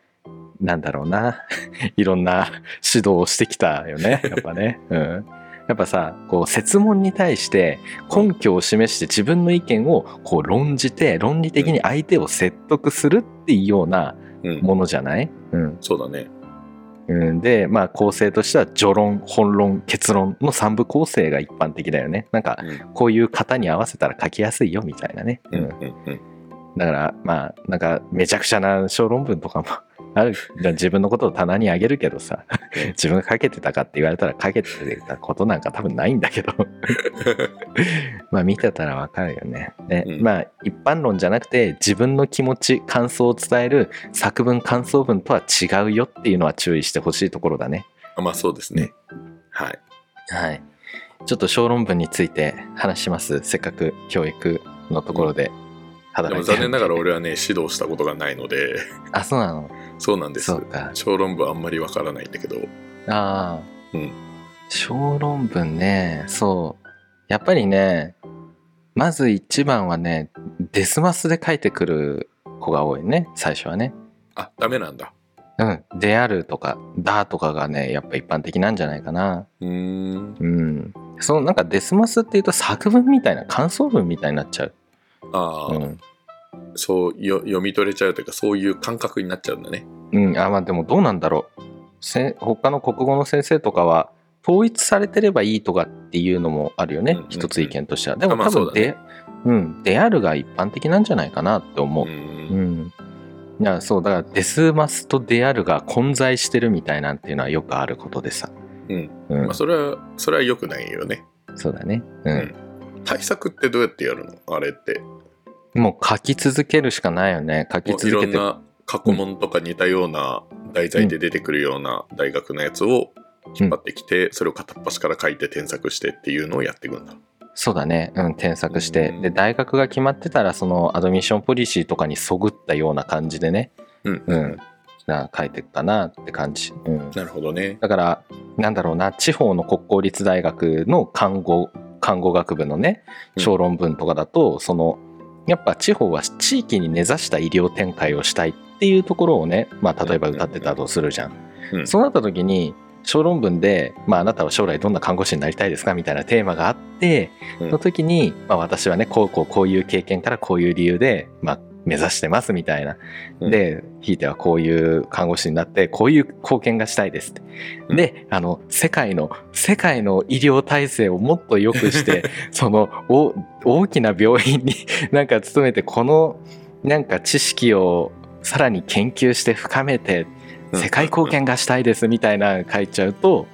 Speaker 2: なんだろうな。 いろんな指導をしてきたよね。やっぱね。うん。やっぱさ、こう、説問に対して根拠を示して自分の意見をこう論じて、論理的に相手を説得するっていうような
Speaker 3: うん。
Speaker 2: ものじゃないうん。
Speaker 3: そうだね。
Speaker 2: うん、で、まあ、構成としては序論本論結論の3部構成が一般的だよねなんか
Speaker 3: うん
Speaker 2: こういう型に合わせたら書きやすいよみたいなね、
Speaker 3: う
Speaker 2: うんん、
Speaker 3: うんうん。
Speaker 2: だからまあなんかめちゃくちゃな小論文とかも ある自分のことを棚にあげるけどさ 自分が書けてたかって言われたら書けてたことなんか多分ないんだけどまあ見てたらわかるよねね、
Speaker 3: うん
Speaker 2: まあ一般論じゃなくて自分の気持ち感想を伝える作文感想文とは違うよっていうのは注意してほしいところだね
Speaker 3: あまあそうですね。はい。
Speaker 2: はい。ちょっと小論文について話します。せっかく教育のところで
Speaker 3: で
Speaker 2: 働
Speaker 3: も
Speaker 2: いてる
Speaker 3: 残念ながら俺はね、指導したことがないので、
Speaker 2: あ、そうなの。
Speaker 3: そうなんです
Speaker 2: そ。うか。
Speaker 3: 小論文あんまりわからないんだけど、
Speaker 2: ああ。
Speaker 3: うん
Speaker 2: 小論文ね、そう。やっぱりね、まず一番はね、デスマスで書いてくる子が多いね、最初はね。
Speaker 3: あ、ダメなんだ。
Speaker 2: うん。であるとか、だとかがね、やっぱ一般的なんじゃないかな。
Speaker 3: うーん。
Speaker 2: うん。そのなんかデスマスっていうと作文みたいな、感想文みたいになっちゃう。
Speaker 3: ああ、
Speaker 2: うん。
Speaker 3: そうよ、読み取れちゃうというか、そういう感覚になっちゃうんだね。
Speaker 2: うん、あまあでもどうなんだろうせ他の国語の先生とかは統一されてればいいとかっていうのもあるよね、
Speaker 3: うんうんうん
Speaker 2: 一つ意見としてはでも
Speaker 3: あまあ
Speaker 2: 多
Speaker 3: そ
Speaker 2: 分
Speaker 3: うだね
Speaker 2: で、うん、であるが一般的なんじゃないかなって思
Speaker 3: う
Speaker 2: う、
Speaker 3: ん
Speaker 2: うんいやそうだからデスマスとであるが混在してるみたいなんていうのはよくあることでさ、
Speaker 3: うん。
Speaker 2: うん
Speaker 3: まあそれは、それは良くないよね。
Speaker 2: そうだね、うん
Speaker 3: 対策ってどうやってやるのあれって。
Speaker 2: もう書き続けるしかないよね書き
Speaker 3: もうい
Speaker 2: 続
Speaker 3: ろ
Speaker 2: け
Speaker 3: ん
Speaker 2: て
Speaker 3: な過去問とか似たような題材で出てくるような大学のやつを引っ張ってきて、それを片っ端から書いて添削してっていうのをやっていくんだ。
Speaker 2: そうだね、うん、添削して、
Speaker 3: うん
Speaker 2: で大学が決まってたらそのアドミッションポリシーとかにそぐったような感じでね
Speaker 3: うん
Speaker 2: うん、な書いていくかなって感じ、うん、
Speaker 3: なるほどね。
Speaker 2: だからなんだろうな地方の国公立大学の看護看護学部のね
Speaker 3: うん
Speaker 2: 小論文とかだと、そのやっぱ地方は地域に根ざした医療展開をしたいっていうところをね、まあ、例えば歌ってたとするじゃん。
Speaker 3: うん
Speaker 2: そうなった時に小論文で、まあ、あなたは将来どんな看護師になりたいですかみたいなテーマがあって、
Speaker 3: うん
Speaker 2: その時に、まあ、私はねこうこうこういう経験からこういう理由で、まあ、目指してますみたいな
Speaker 3: うん
Speaker 2: でひいてはこういう看護師になってこういう貢献がしたいですって、
Speaker 3: うん
Speaker 2: であの世界の世界の医療体制をもっと良くして そのお大きな病院に なんか勤めてこのなんか知識をさらに研究して深めて
Speaker 3: うん
Speaker 2: 世界貢献がしたいですみたいな書いちゃうと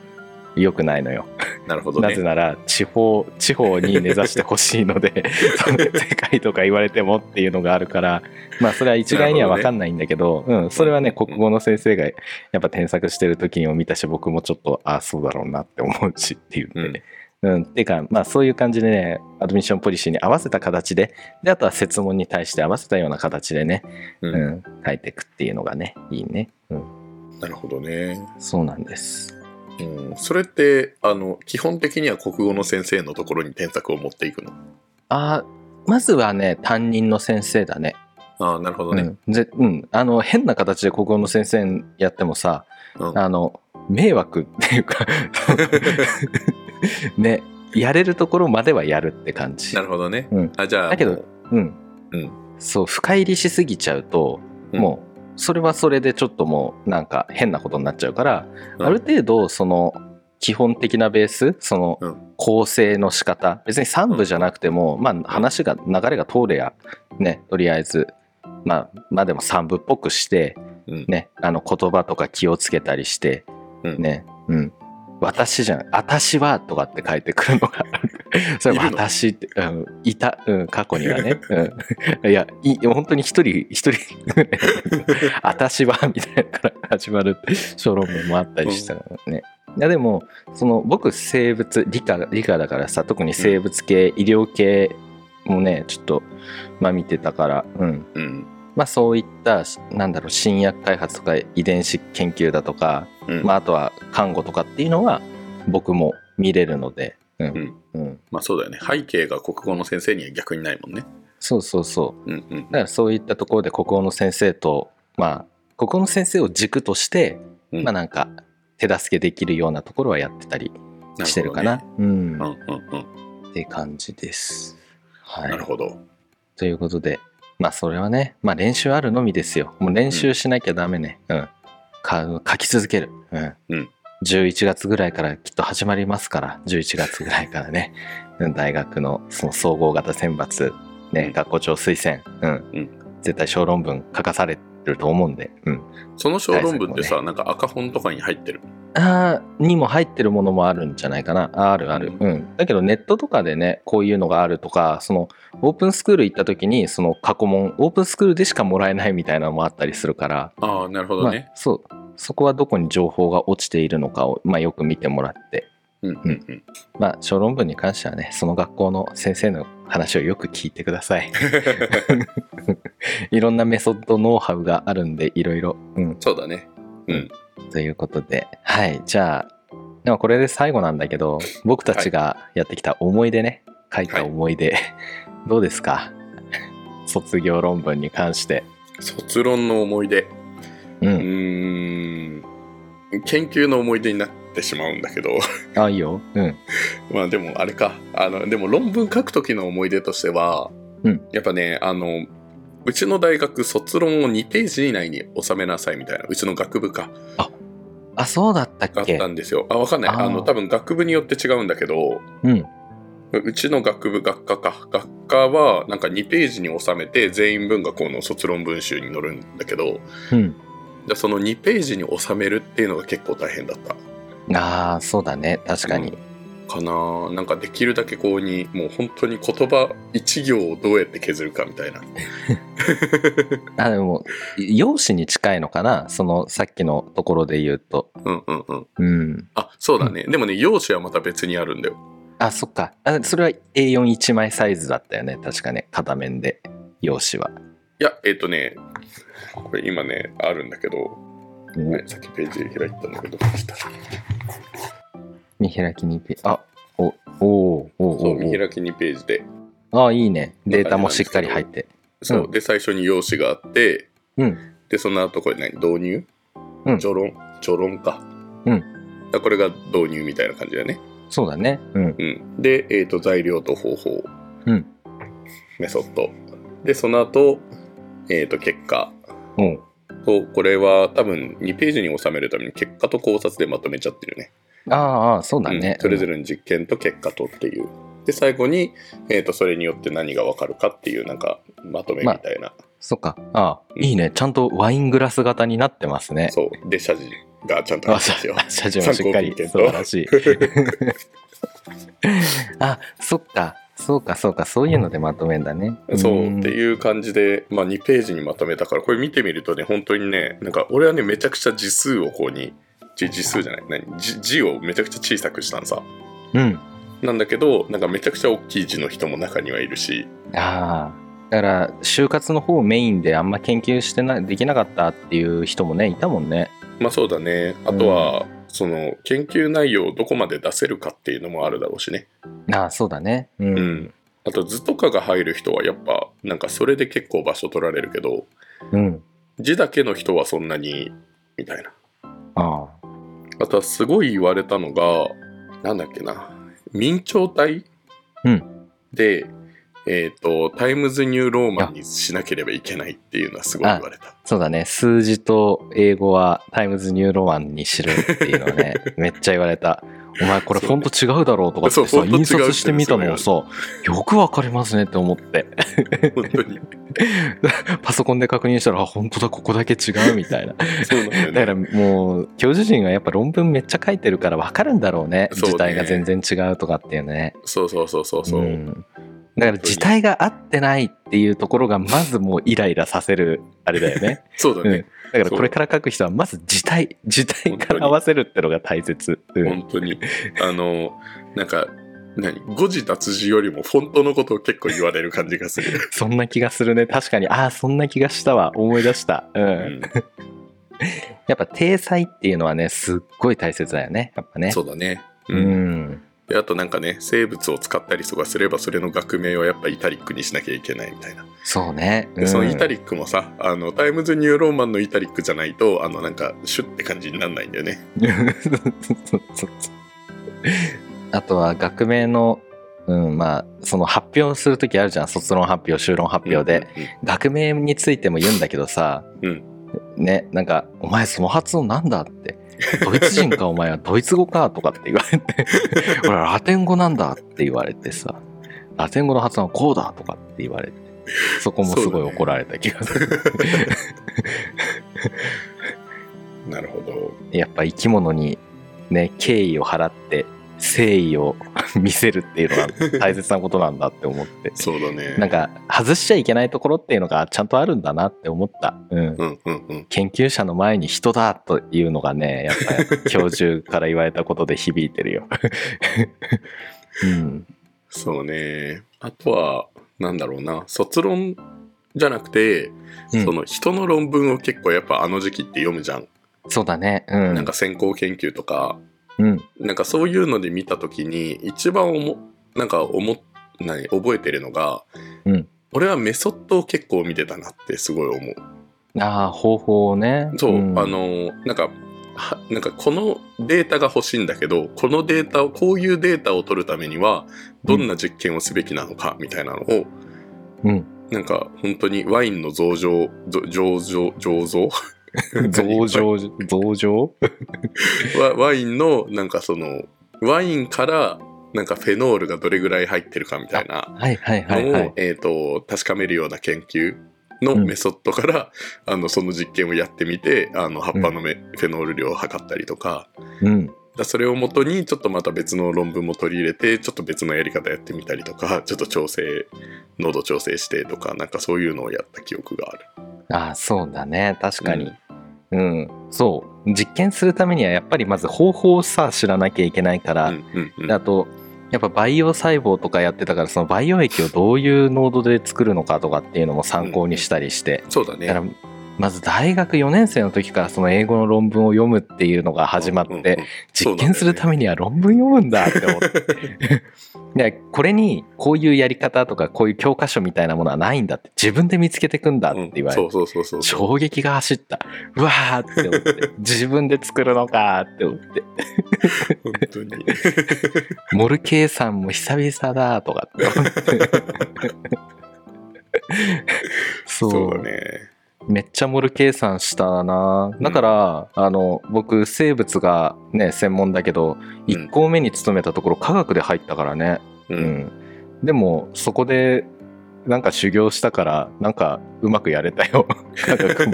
Speaker 2: 良くないのよ。
Speaker 3: なるほど
Speaker 2: な
Speaker 3: ね
Speaker 2: ぜなら地方地方に根ざしてほしいの でその世界とか言われてもっていうのがあるからまあそれは一概には分かんないんだけどうん、それはね国語の先生がやっぱ添削してる時にも見たし僕もちょっとああそうだろうなって思うしっていうね。うんっていうかまあそういう感じでねアドミッションポリシーに合わせた形でであとは設問に対して合わせたような形でね、
Speaker 3: う
Speaker 2: うん
Speaker 3: ん
Speaker 2: 書いていくっていうのがねいいね、うん、
Speaker 3: なるほどね、
Speaker 2: そうなんです
Speaker 3: うん、それってあの基本的には国語の先生のところに添削を持っていくの
Speaker 2: あーまずはね担任の先生だね
Speaker 3: ああなるほどね、
Speaker 2: うんぜうん、あの変な形で国語の先生やってもさ
Speaker 3: うん
Speaker 2: あの迷惑っていう かねやれるところまではやるって感じ
Speaker 3: なるほどね、
Speaker 2: うん
Speaker 3: あじゃあ
Speaker 2: だけど
Speaker 3: もう
Speaker 2: うん
Speaker 3: うん
Speaker 2: そう深入りしすぎちゃうと、
Speaker 3: うん
Speaker 2: もうそれはそれでちょっともうなんか変なことになっちゃうから、
Speaker 3: うん
Speaker 2: ある程度その基本的なベースその
Speaker 3: うん
Speaker 2: 構成の仕方別に3部じゃなくても、まあ、話が流れが通れやねとりあえず、まあ、まあでも3部っぽくして、
Speaker 3: うん
Speaker 2: ね、あの言葉とか気をつけたりして、
Speaker 3: うん
Speaker 2: ね、うん、私じゃん、私はとかって書いてくる のが、それ
Speaker 3: いるの
Speaker 2: 私って、うん、いた、うん、過去にはね、うん、いや、い本当に一人、一人 ぐらい、私はみたいなのから始まる小論文もあったりしたからね。いやでもその僕生物理科理科だからさ特に生物系、医療系もねちょっとまあ見てたから、うん、
Speaker 3: うん
Speaker 2: まあ、そういったなんだろう新薬開発とか遺伝子研究だとか、
Speaker 3: うん
Speaker 2: まあ、あとは看護とかっていうのは僕も見れるので、うんうん、
Speaker 3: まあそうだよね背景が国語の先生には逆にないもんね
Speaker 2: そうそうそう
Speaker 3: うんう
Speaker 2: だ
Speaker 3: ん
Speaker 2: からそういったところで国語の先生とまあ国語の先生を軸として、
Speaker 3: うん
Speaker 2: まあなんか手助けできるようなところはやってたりしてるかな
Speaker 3: る
Speaker 2: うん、
Speaker 3: ほど
Speaker 2: っ
Speaker 3: ねうんうんうん
Speaker 2: て感じです。はい
Speaker 3: なるほど
Speaker 2: ということで、まあそれはね、まあ練習あるのみですよ。もう練習しなきゃダメね。うん。か書き続ける。うん。
Speaker 3: うん
Speaker 2: 11月ぐらいからきっと始まりますから、11月ぐらいからね、うん大学のその総合型選抜、ね、
Speaker 3: うん
Speaker 2: 学校長推薦、うん。
Speaker 3: うん
Speaker 2: 絶対小論文書かされると思うんで、うん。
Speaker 3: その小論文ってさ、なんか赤本とかに入ってる
Speaker 2: あーにも入ってるものもあるんじゃないかなああるある、
Speaker 3: う
Speaker 2: うんだけどネットとかでねこういうのがあるとかそのオープンスクール行った時にその過去問オープンスクールでしかもらえないみたいなのもあったりするから
Speaker 3: ああなるほ
Speaker 2: ま
Speaker 3: ど
Speaker 2: あ
Speaker 3: ね、
Speaker 2: そうそこはどこに情報が落ちているのかを、まあ、よく見てもらって、
Speaker 3: うんうん うん
Speaker 2: まあ、小論文に関してはねその学校の先生の話をよく聞いてくださ いいろんなメソッドノウハウがあるんでいろいろ、うん、
Speaker 3: そうだねうん
Speaker 2: ということで、はい、じゃあ、でもこれで最後なんだけど、僕たちがやってきた思い出ね、書いた思い出、 どうですか 卒業論文に関して。
Speaker 3: 卒論の思い出
Speaker 2: う、
Speaker 3: うんーん研究の思い出になってしまうんだけど
Speaker 2: あ、いいよ。うん、
Speaker 3: まあでもあれかあのでも論文書く時の思い出としては、
Speaker 2: うん
Speaker 3: やっぱねあのうちの大学卒論を2ページ以内に収めなさいみたいなうちの学部か
Speaker 2: あ、そうだった
Speaker 3: があ
Speaker 2: っ
Speaker 3: っ
Speaker 2: け
Speaker 3: たんですよあわかんない
Speaker 2: あー
Speaker 3: あの多分学部によって違うんだけど
Speaker 2: うん、
Speaker 3: うちの学部学科か学科はなんか2ページに収めて全員分がこの卒論文集に載るんだけど
Speaker 2: うん。
Speaker 3: でその2ページに収めるっていうのが結構大変だった
Speaker 2: ああ、そうだね、確かに。
Speaker 3: かななんかできるだけこうにもう本当に言葉一行をどうやって削るかみたいな
Speaker 2: あ、でも、容姿に近いのかな、そのさっきのところで言うと。
Speaker 3: うんうんうん
Speaker 2: うん。
Speaker 3: あそうだね、でもね用紙はまた別にあるんだよ
Speaker 2: あ、そっか。あそれは A41 枚サイズだったよね、確かね、片面で、容姿は。
Speaker 3: いやえっ、とねこれ今ねあるんだけどはい、さっきページ開いたんだけど、どうした
Speaker 2: 見開きにペあおおーおー
Speaker 3: そ
Speaker 2: お
Speaker 3: う、見
Speaker 2: ー
Speaker 3: 開き2ページで。
Speaker 2: おあいいねデータもしっかり入って
Speaker 3: そう、
Speaker 2: うん
Speaker 3: で、最初に用紙があって、
Speaker 2: うん
Speaker 3: で、その後これ何導入
Speaker 2: うん
Speaker 3: 序論序論か。
Speaker 2: うん
Speaker 3: だこれが導入みたいな感じだね。
Speaker 2: そうだねうん
Speaker 3: うん。で、えっ、と、材料と方法、
Speaker 2: うん
Speaker 3: メソッド。で、その後、えっ、と、結果。
Speaker 2: おう
Speaker 3: と、これは多分2ページに収めるために結果と考察でまとめちゃってるね。
Speaker 2: ああああそうだね、
Speaker 3: うんそれぞ
Speaker 2: れ
Speaker 3: れの実験と結果とっていう。で、最後に、えっ、と、それによって何がわかるかっていう、なんか、まとめみたいな。
Speaker 2: そっかああいいねちゃんとワイングラス型になってますね
Speaker 3: そう。で、謝辞がちゃんとある
Speaker 2: あ、
Speaker 3: んですよ。
Speaker 2: 社長もしっかり
Speaker 3: 参考文献と
Speaker 2: 素晴らしい。あ、そっか、そうか、そうか、そういうのでまとめんだね。
Speaker 3: そうって
Speaker 2: う
Speaker 3: いう感じで、まあ、2ページにまとめたからこれ見てみるとね本当にねなんか俺はねめちゃくちゃ字数をこうに字字数じゃない何字字をめちゃくちゃ小さくしたのさ
Speaker 2: ん。うん。
Speaker 3: なんだけどなんかめちゃくちゃ大きい字の人も中にはいるし
Speaker 2: ああ。だから、就活の方をメインであんま研究してな、できなかったっていう人もね、いたもんね。
Speaker 3: まあそうだねあとは、その研究内容をどこまで出せるかっていうのもあるだろうしね
Speaker 2: ああ、そうだね。う。
Speaker 3: うんんあと図とかが入る人はやっぱなんかそれで結構場所取られるけど
Speaker 2: うん。
Speaker 3: 字だけの人はそんなにみたいな
Speaker 2: ああ。
Speaker 3: またすごい言われたのがなんだっけな明朝体、
Speaker 2: うん
Speaker 3: で、えー、とタイムズ・ニュー・ローマンにしなければいけないっていうのはすごい言われた
Speaker 2: そうだね。数字と英語はタイムズニューロマンにしろっていうのは ね、めっちゃ言われた。お前これフォント違うだろうとかって
Speaker 3: そうフ
Speaker 2: さ、
Speaker 3: ォント違う
Speaker 2: 印刷してみたのをさ、よくわかりますねって思って。
Speaker 3: 本当に
Speaker 2: パソコンで確認したら、あ、本当だ、ここだけ違うみたいな。だ
Speaker 3: そうなんだよね
Speaker 2: からもう、教授陣はやっぱ論文めっちゃ書いてるから分かるんだろうね。
Speaker 3: そうね
Speaker 2: 字体が全然違うとかっていうね。
Speaker 3: そうそうそうそうそう、
Speaker 2: んだから字体が合ってないっていうところがまずもうイライラさせるあれだよね。
Speaker 3: そうだね、
Speaker 2: だからこれから書く人はまず字体、字体から合わせるってのが大切。うん
Speaker 3: 本当にあのなんか何誤字脱字よりもフォントのことを結構言われる感じがする、
Speaker 2: そんな気がするね。確かに、ああ、そんな気がしたわ。思い出した。 う。
Speaker 3: うんん
Speaker 2: やっぱ体裁っていうのはね、すっごい大切だよね。やっぱね。
Speaker 3: そうだね
Speaker 2: う
Speaker 3: うん
Speaker 2: ん。
Speaker 3: であとなんかね生物を使ったりとかすればそれの学名はやっぱイタリックにしなきゃいけないみたいな
Speaker 2: そうね。
Speaker 3: でそのイタ
Speaker 2: リ
Speaker 3: リックもさ、あのタイムズニューローマンのイタリックじゃないとあのなんかシュッって感じになんないんだよね
Speaker 2: あとは学名の、うん、まあ、その発表するときあるじゃん。卒論発表、修論発表で。、学名についても言うんだけどさ、
Speaker 3: うん
Speaker 2: ね、なんか、お前その発音なんだって。ドイツ人かお前 はドイツ語かとかって言われて、俺はラテン語なんだって言われてさ、ラテン語の発音はこうだとかって言われて、そこもすごい怒られた気がする。
Speaker 3: うんなるほど
Speaker 2: やっぱ生き物にね敬意を払って誠意を 見せるっていうのは大切なことなんだって思って
Speaker 3: そうだね
Speaker 2: なんか外しちゃいけないところっていうのがちゃんとあるんだなって思った、うん、
Speaker 3: うんうんうん
Speaker 2: 研究者の前に人だというのがねやっ ぱり教授から言われたことで響いてるよ、 うん、
Speaker 3: そうねあとはなんだろうな卒論じゃなくて、
Speaker 2: うん
Speaker 3: その人の論文を結構やっぱあの時期って読むじゃん、
Speaker 2: そうだねうん
Speaker 3: なんか先行研究とか
Speaker 2: うん
Speaker 3: なんかそういうので見た時に一番おもなんか思っ何覚えてるのが、
Speaker 2: うん
Speaker 3: 俺はメソッドを結構見てたなってすごい思う
Speaker 2: ああ方法をね
Speaker 3: そう、
Speaker 2: ん
Speaker 3: あのなんかはなんかこのデータが欲しいんだけどこのデータをこういうデータを取るためにはどんな実験をすべきなのかみたいなのを、
Speaker 2: うん
Speaker 3: なんか本当にワインの増上ぞ醸造醸造
Speaker 2: 増上増上
Speaker 3: ワワインのなんかそのワインからなんかフェノールがどれぐらい入ってるかみたいな
Speaker 2: はいはい
Speaker 3: のを、
Speaker 2: はいはい
Speaker 3: えー、と確かめるような研究のメソッドから、あのその実験をやってみてあの葉っぱのめ、フェノール量を測ったりとか
Speaker 2: うん
Speaker 3: だそれをもとにちょっとまた別の論文も取り入れてちょっと別のやり方やってみたりとかちょっと調整濃度調整してとかなんかそういうのをやった記憶がある。
Speaker 2: ああそうだね確かに、うんそう実験するためにはやっぱりまず方法をさ知らなきゃいけないか
Speaker 3: う
Speaker 2: ら、
Speaker 3: んうんうん
Speaker 2: であとやっぱ培養細胞とかやってたからその培養液をどういう濃度で作るのかとかっていうのも参考にしたりして、
Speaker 3: そうだね
Speaker 2: だからまず大学4年生の時からその英語の論文を読むっていうのが始まって、
Speaker 3: うんうんうん
Speaker 2: 実験するためには論文読むんだって思って。 でこれにこういうやり方とかこういう教科書みたいなものはないんだって自分で見つけてくんだって言われて、
Speaker 3: うんそうそうそうそう
Speaker 2: 衝撃が走ったうわーって思って 自分で作るのかーって思って
Speaker 3: 本当に
Speaker 2: モル計算も久々だとかって思って そう
Speaker 3: そうだね
Speaker 2: めっちゃモル計算したなだから、あの僕生物がね専門だけど
Speaker 3: うん
Speaker 2: 1校目に勤めたところ科学で入ったからね
Speaker 3: う
Speaker 2: うんん、でもそこでなんか修行したからなんかうまくやれた よ科学も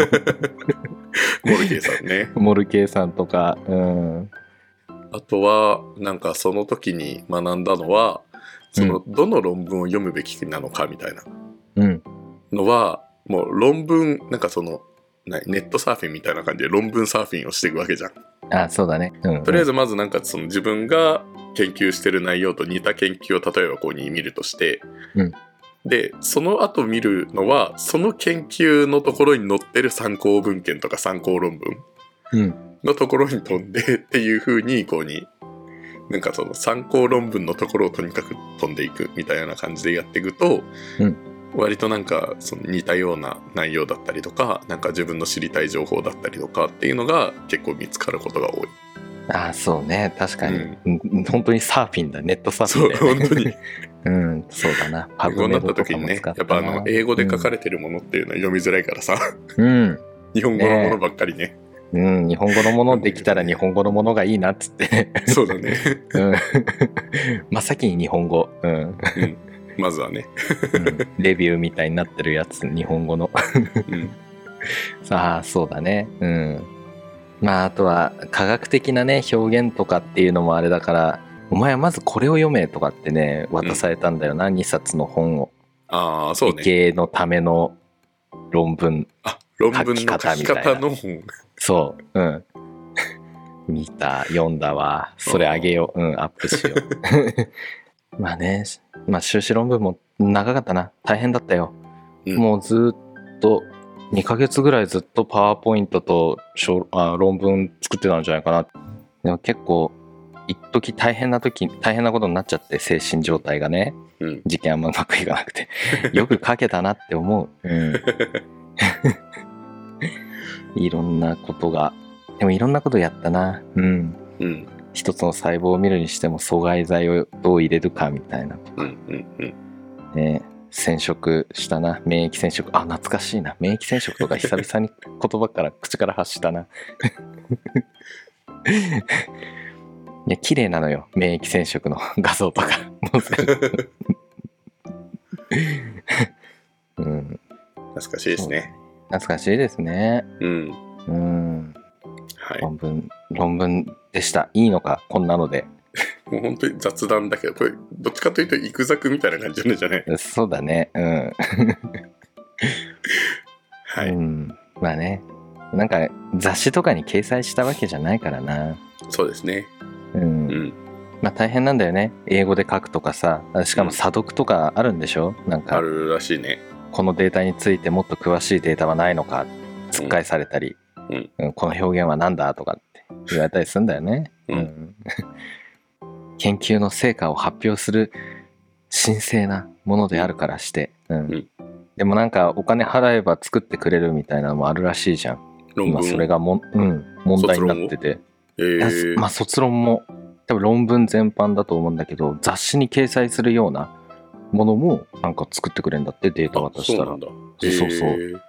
Speaker 3: モルゲーさんね
Speaker 2: モル計算とかうん
Speaker 3: あとはなんかその時に学んだのはそのどの論文を読むべきなのかみたいな
Speaker 2: うん
Speaker 3: のはもう論文なんかそのなネットサーフィンみたいな感じで論文サーフィンをしていくわけじゃん。
Speaker 2: あそうだねうん
Speaker 3: とりあえずまずなんかその自分が研究してる内容と似た研究を例えばここに見るとして、
Speaker 2: うん
Speaker 3: でその後見るのはその研究のところに載ってる参考文献とか参考論文
Speaker 2: うん
Speaker 3: のところに飛んでっていうふうにこうになんかその参考論文のところをとにかく飛んでいくみたいな感じでやっていくと、
Speaker 2: うん
Speaker 3: 割となんかその似たような内容だったりとかなんか自分の知りたい情報だったりとかっていうのが結構見つかることが多い。
Speaker 2: あそうね確かに、うん、本当にサーフィンだネットサーフィ
Speaker 3: そ
Speaker 2: ン
Speaker 3: う
Speaker 2: だよ
Speaker 3: 本
Speaker 2: ね
Speaker 3: 当 に
Speaker 2: うんそうだなパ
Speaker 3: 英
Speaker 2: ブ
Speaker 3: 語に
Speaker 2: メ
Speaker 3: なった
Speaker 2: ドと
Speaker 3: 時
Speaker 2: か
Speaker 3: に
Speaker 2: も
Speaker 3: ね
Speaker 2: 使
Speaker 3: や
Speaker 2: った
Speaker 3: っぱあ
Speaker 2: な
Speaker 3: の英語で書かれてるものっていうのは読みづらいからさ、
Speaker 2: うん
Speaker 3: 日本語のものばっかりね
Speaker 2: うん、日本語のものできたら日本語のものがいいなっつ って。
Speaker 3: そうだね
Speaker 2: うん。真っ先に日本語。うん。うん
Speaker 3: まずはね、
Speaker 2: レビューみたいになってるやつ、日本語 の。
Speaker 3: うん、
Speaker 2: さあ、そうだね。うん。まあ、あとは、科学的なね、表現とかっていうのもあれだから、お前はまずこれを読めとかってね、渡されたんだよな、2冊の本を。
Speaker 3: ああそう
Speaker 2: 理
Speaker 3: ね
Speaker 2: 系のための論文。
Speaker 3: あ論文の書き方の本
Speaker 2: そう。うん。 見た、読んだわ。それあげよう。うん、アップしよう。 まあね、まあ修士論文も長かったな。大変だったよ。
Speaker 3: うん
Speaker 2: もうずっと、2ヶ月ぐらいずっとパワーポイントと小あ論文作ってたんじゃないかな。でも結構、一時大変な時、大変なことになっちゃって、精神状態がね。
Speaker 3: うん
Speaker 2: 事件あんまうまくいかなくて。よく書けたなって 思う。うん。いろんなことが。でもいろんなことやったな。うん。
Speaker 3: うん
Speaker 2: 一つの細胞を見るにしても阻害剤をどう入れるかみたいなと
Speaker 3: う
Speaker 2: か
Speaker 3: んうんうん
Speaker 2: ね。染色したな。免疫染色。あ、懐かしいな。免疫染色とか久々に言葉から 口から発したな。いや、綺麗なのよ。免疫染色の 画像とか。もう全 部うん。
Speaker 3: 懐かしいですね
Speaker 2: 懐かしいですね。
Speaker 3: うん
Speaker 2: うん。
Speaker 3: はい
Speaker 2: 論文、論文でした。いいのか、こんなので。
Speaker 3: もう本当に雑談だけどこれどっちかというとイクザクみたいな感じなんじゃない
Speaker 2: そうだね。うん。
Speaker 3: はい、
Speaker 2: うん。まあね。なんか、雑誌とかに掲載したわけじゃないからな。
Speaker 3: そうですね
Speaker 2: うん。
Speaker 3: うん
Speaker 2: まあ大変なんだよね。英語で書くとかさ。しかも、査読とかあるんでしょなん
Speaker 3: あ
Speaker 2: か、
Speaker 3: るらしいね
Speaker 2: このデータについてもっと詳しいデータはないのか、つっかえされたり、
Speaker 3: うん
Speaker 2: うんこの表現は何だとかって言われたりするんだよね。
Speaker 3: うん
Speaker 2: 研究の成果を発表する神聖なものであるからして、うん
Speaker 3: ん
Speaker 2: でもなんかお金払えば作ってくれるみたいなのもあるらしいじゃん。
Speaker 3: 論
Speaker 2: 今
Speaker 3: 文
Speaker 2: それがも、うん、問題になってて。
Speaker 3: え
Speaker 2: いや
Speaker 3: ー
Speaker 2: まあ卒論も多分論文全般だと思うんだけど雑誌に掲載するようなものもなんか作ってくれるんだってデータ渡し
Speaker 3: そ
Speaker 2: た
Speaker 3: うな
Speaker 2: ら
Speaker 3: んだ
Speaker 2: そうそう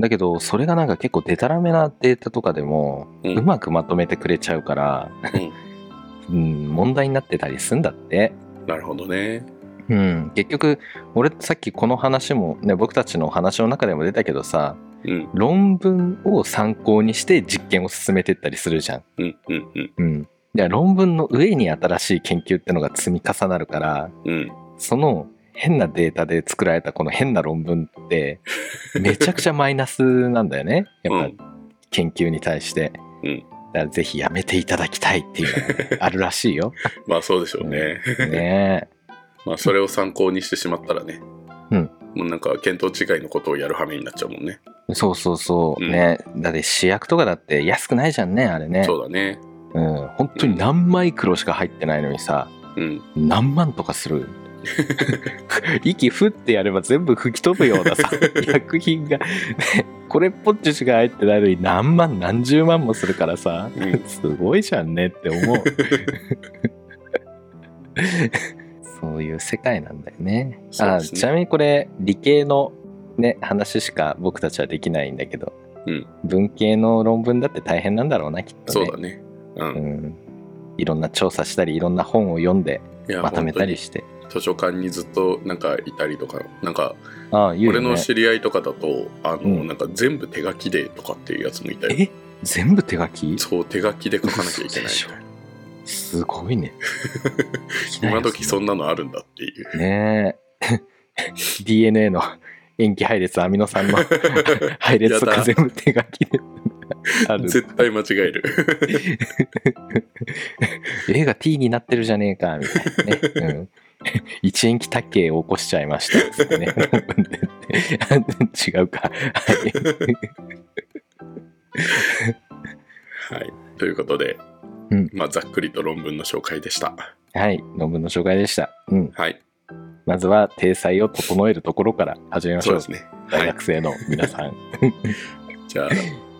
Speaker 2: だけどそれがなんか結構デタラメなデータとかでも
Speaker 3: えー
Speaker 2: うまくまとめてくれちゃうから、 うん、問題になってたりすんだって、
Speaker 3: うんなるほどね
Speaker 2: うん、結局俺さっきこの話もね僕たちの話の中でも出たけどさ
Speaker 3: うん
Speaker 2: 論文を参考にして実験を進めてったりするじゃん。
Speaker 3: うんうんうん
Speaker 2: うん、じゃあ論文の上に新しい研究ってのが積み重なるから
Speaker 3: うん
Speaker 2: その変なデータで作られたこの変な論文ってめちゃくちゃマイナスなんだよねや
Speaker 3: う
Speaker 2: っ
Speaker 3: ん
Speaker 2: ぱ研究に対して、
Speaker 3: うん
Speaker 2: だからぜひやめていただきたいっていうのが ねあるらしいよ
Speaker 3: まあそうでしょうね、
Speaker 2: ね
Speaker 3: まあそれを参考にしてしまったらね、
Speaker 2: うん
Speaker 3: もうなんか見当違いのことをやる羽目になっちゃうもんね
Speaker 2: そうそうそう、
Speaker 3: うん
Speaker 2: ねだって試薬とかだって安くないじゃんねあれね
Speaker 3: そうだね。
Speaker 2: うん本当に何マイクロしか入ってないのにさ
Speaker 3: うん。
Speaker 2: 何万とかす る息ふってやれば全部吹き飛ぶような さ薬品が、ね、これっぽっちしか入ってないのに何万何十万もするからさ、
Speaker 3: うん
Speaker 2: すごいじゃんねって 思うそういう世界なんだよね
Speaker 3: そう
Speaker 2: あ
Speaker 3: ですね
Speaker 2: ちなみにこれ理系のね話しか僕たちはできないんだけど、
Speaker 3: うん
Speaker 2: 文系の論文だって大変なんだろうなきっと
Speaker 3: そ
Speaker 2: ね
Speaker 3: うだね。う。
Speaker 2: うんん、いろんな調査したりいろんな本を読んで
Speaker 3: いや
Speaker 2: まとめたり
Speaker 3: 本
Speaker 2: して
Speaker 3: 当に図書館にずっとなんかいたりとか、なんか
Speaker 2: ああ、言う
Speaker 3: 俺
Speaker 2: よ、ね、
Speaker 3: の知り合いとかだと、あの、
Speaker 2: うん
Speaker 3: なんか全部手書きでとかっていうやつもいたり、
Speaker 2: え全部手書き
Speaker 3: そう、手書きで書かなきゃいけないみたいな。
Speaker 2: すご いね。
Speaker 3: 今時そ
Speaker 2: ん
Speaker 3: んなのあるんだっていう。
Speaker 2: ねえ。DNA の塩基配列、アミノ酸 の配列と
Speaker 3: や
Speaker 2: か
Speaker 3: だ
Speaker 2: 全部手書きである。
Speaker 3: 絶対間違える。
Speaker 2: A が T になってるじゃねえか、みたいなね。うん 一塩基多形を起こしちゃいましたつってね。 違うか。はい
Speaker 3: はい。ということで、
Speaker 2: うん
Speaker 3: まあ、ざっくりと論文の紹介でした。
Speaker 2: はい。論文の紹介でした。うん。
Speaker 3: はい。
Speaker 2: まずは、体裁を整えるところから始めまし
Speaker 3: そう
Speaker 2: ょ
Speaker 3: で
Speaker 2: う。
Speaker 3: すね。は
Speaker 2: 大
Speaker 3: い。
Speaker 2: 学生の皆さん。
Speaker 3: じゃ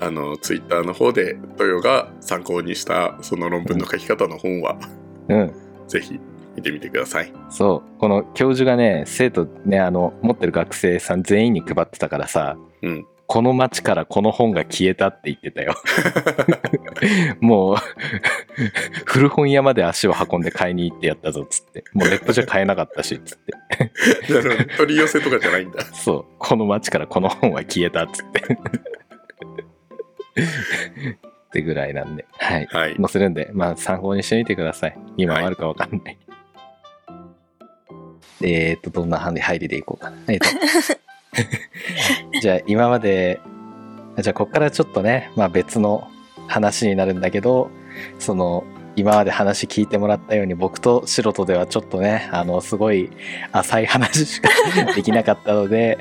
Speaker 3: あ、あの、ツイッターの方で、豊が参考にした、その論文の書き方の本は、
Speaker 2: うん。
Speaker 3: ぜひ見てみてください。
Speaker 2: そうこの教授がね生徒ねあの持ってる学生さん全員に配ってたからさ
Speaker 3: うん。
Speaker 2: この町からこの本が消えたって言ってたよ もう 古本屋まで足を運んで買いに行ってやったぞっつってもうネットじゃ買えなかったしっつって
Speaker 3: なるほど取り寄せとかじゃないんだ。
Speaker 2: そうこの町からこの本は消えたっつって ってぐらいなんではい
Speaker 3: はい。
Speaker 2: 載せるんで、まあ、参考にしてみてください。今はあるかわかんない。えーっと、どんな入りでいこうかな。えーっと じゃあ、今まで、じゃあ、こっからちょっとね、まあ、別の話になるんだけど、その、今まで話聞いてもらったように僕と素人ではちょっとねあのすごい浅い話しかできなかったので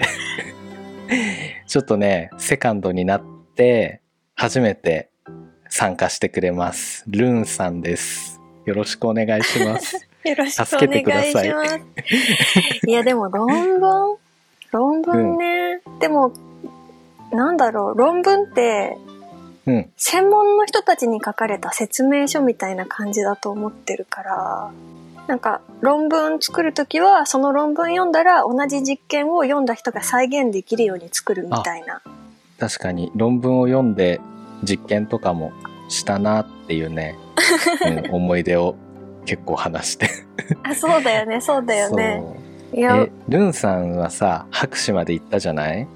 Speaker 2: ちょっとねセカンドになって初めて参加してくれますルーンさんですよろしくお願いします
Speaker 4: よろしくお
Speaker 2: 助けてくだ
Speaker 4: 願いしま
Speaker 2: さい
Speaker 4: す。いや、でも論文論文ね。でも、なんだろう、論文って、
Speaker 2: うん
Speaker 4: 専門の人たちに書かれた説明書みたいな感じだと思ってるから、なんか論文作るときは、その論文読んだら同じ実験を読んだ人が再現できるように作るみたいな。
Speaker 2: 確かに論文を読んで実験とかもしたなっていうね、 うん思い出を結構話して
Speaker 4: あそうだよね、そうだよね。
Speaker 2: そう
Speaker 4: いや、う
Speaker 2: えルンさんはさ博士まで行ったじゃない
Speaker 4: ん。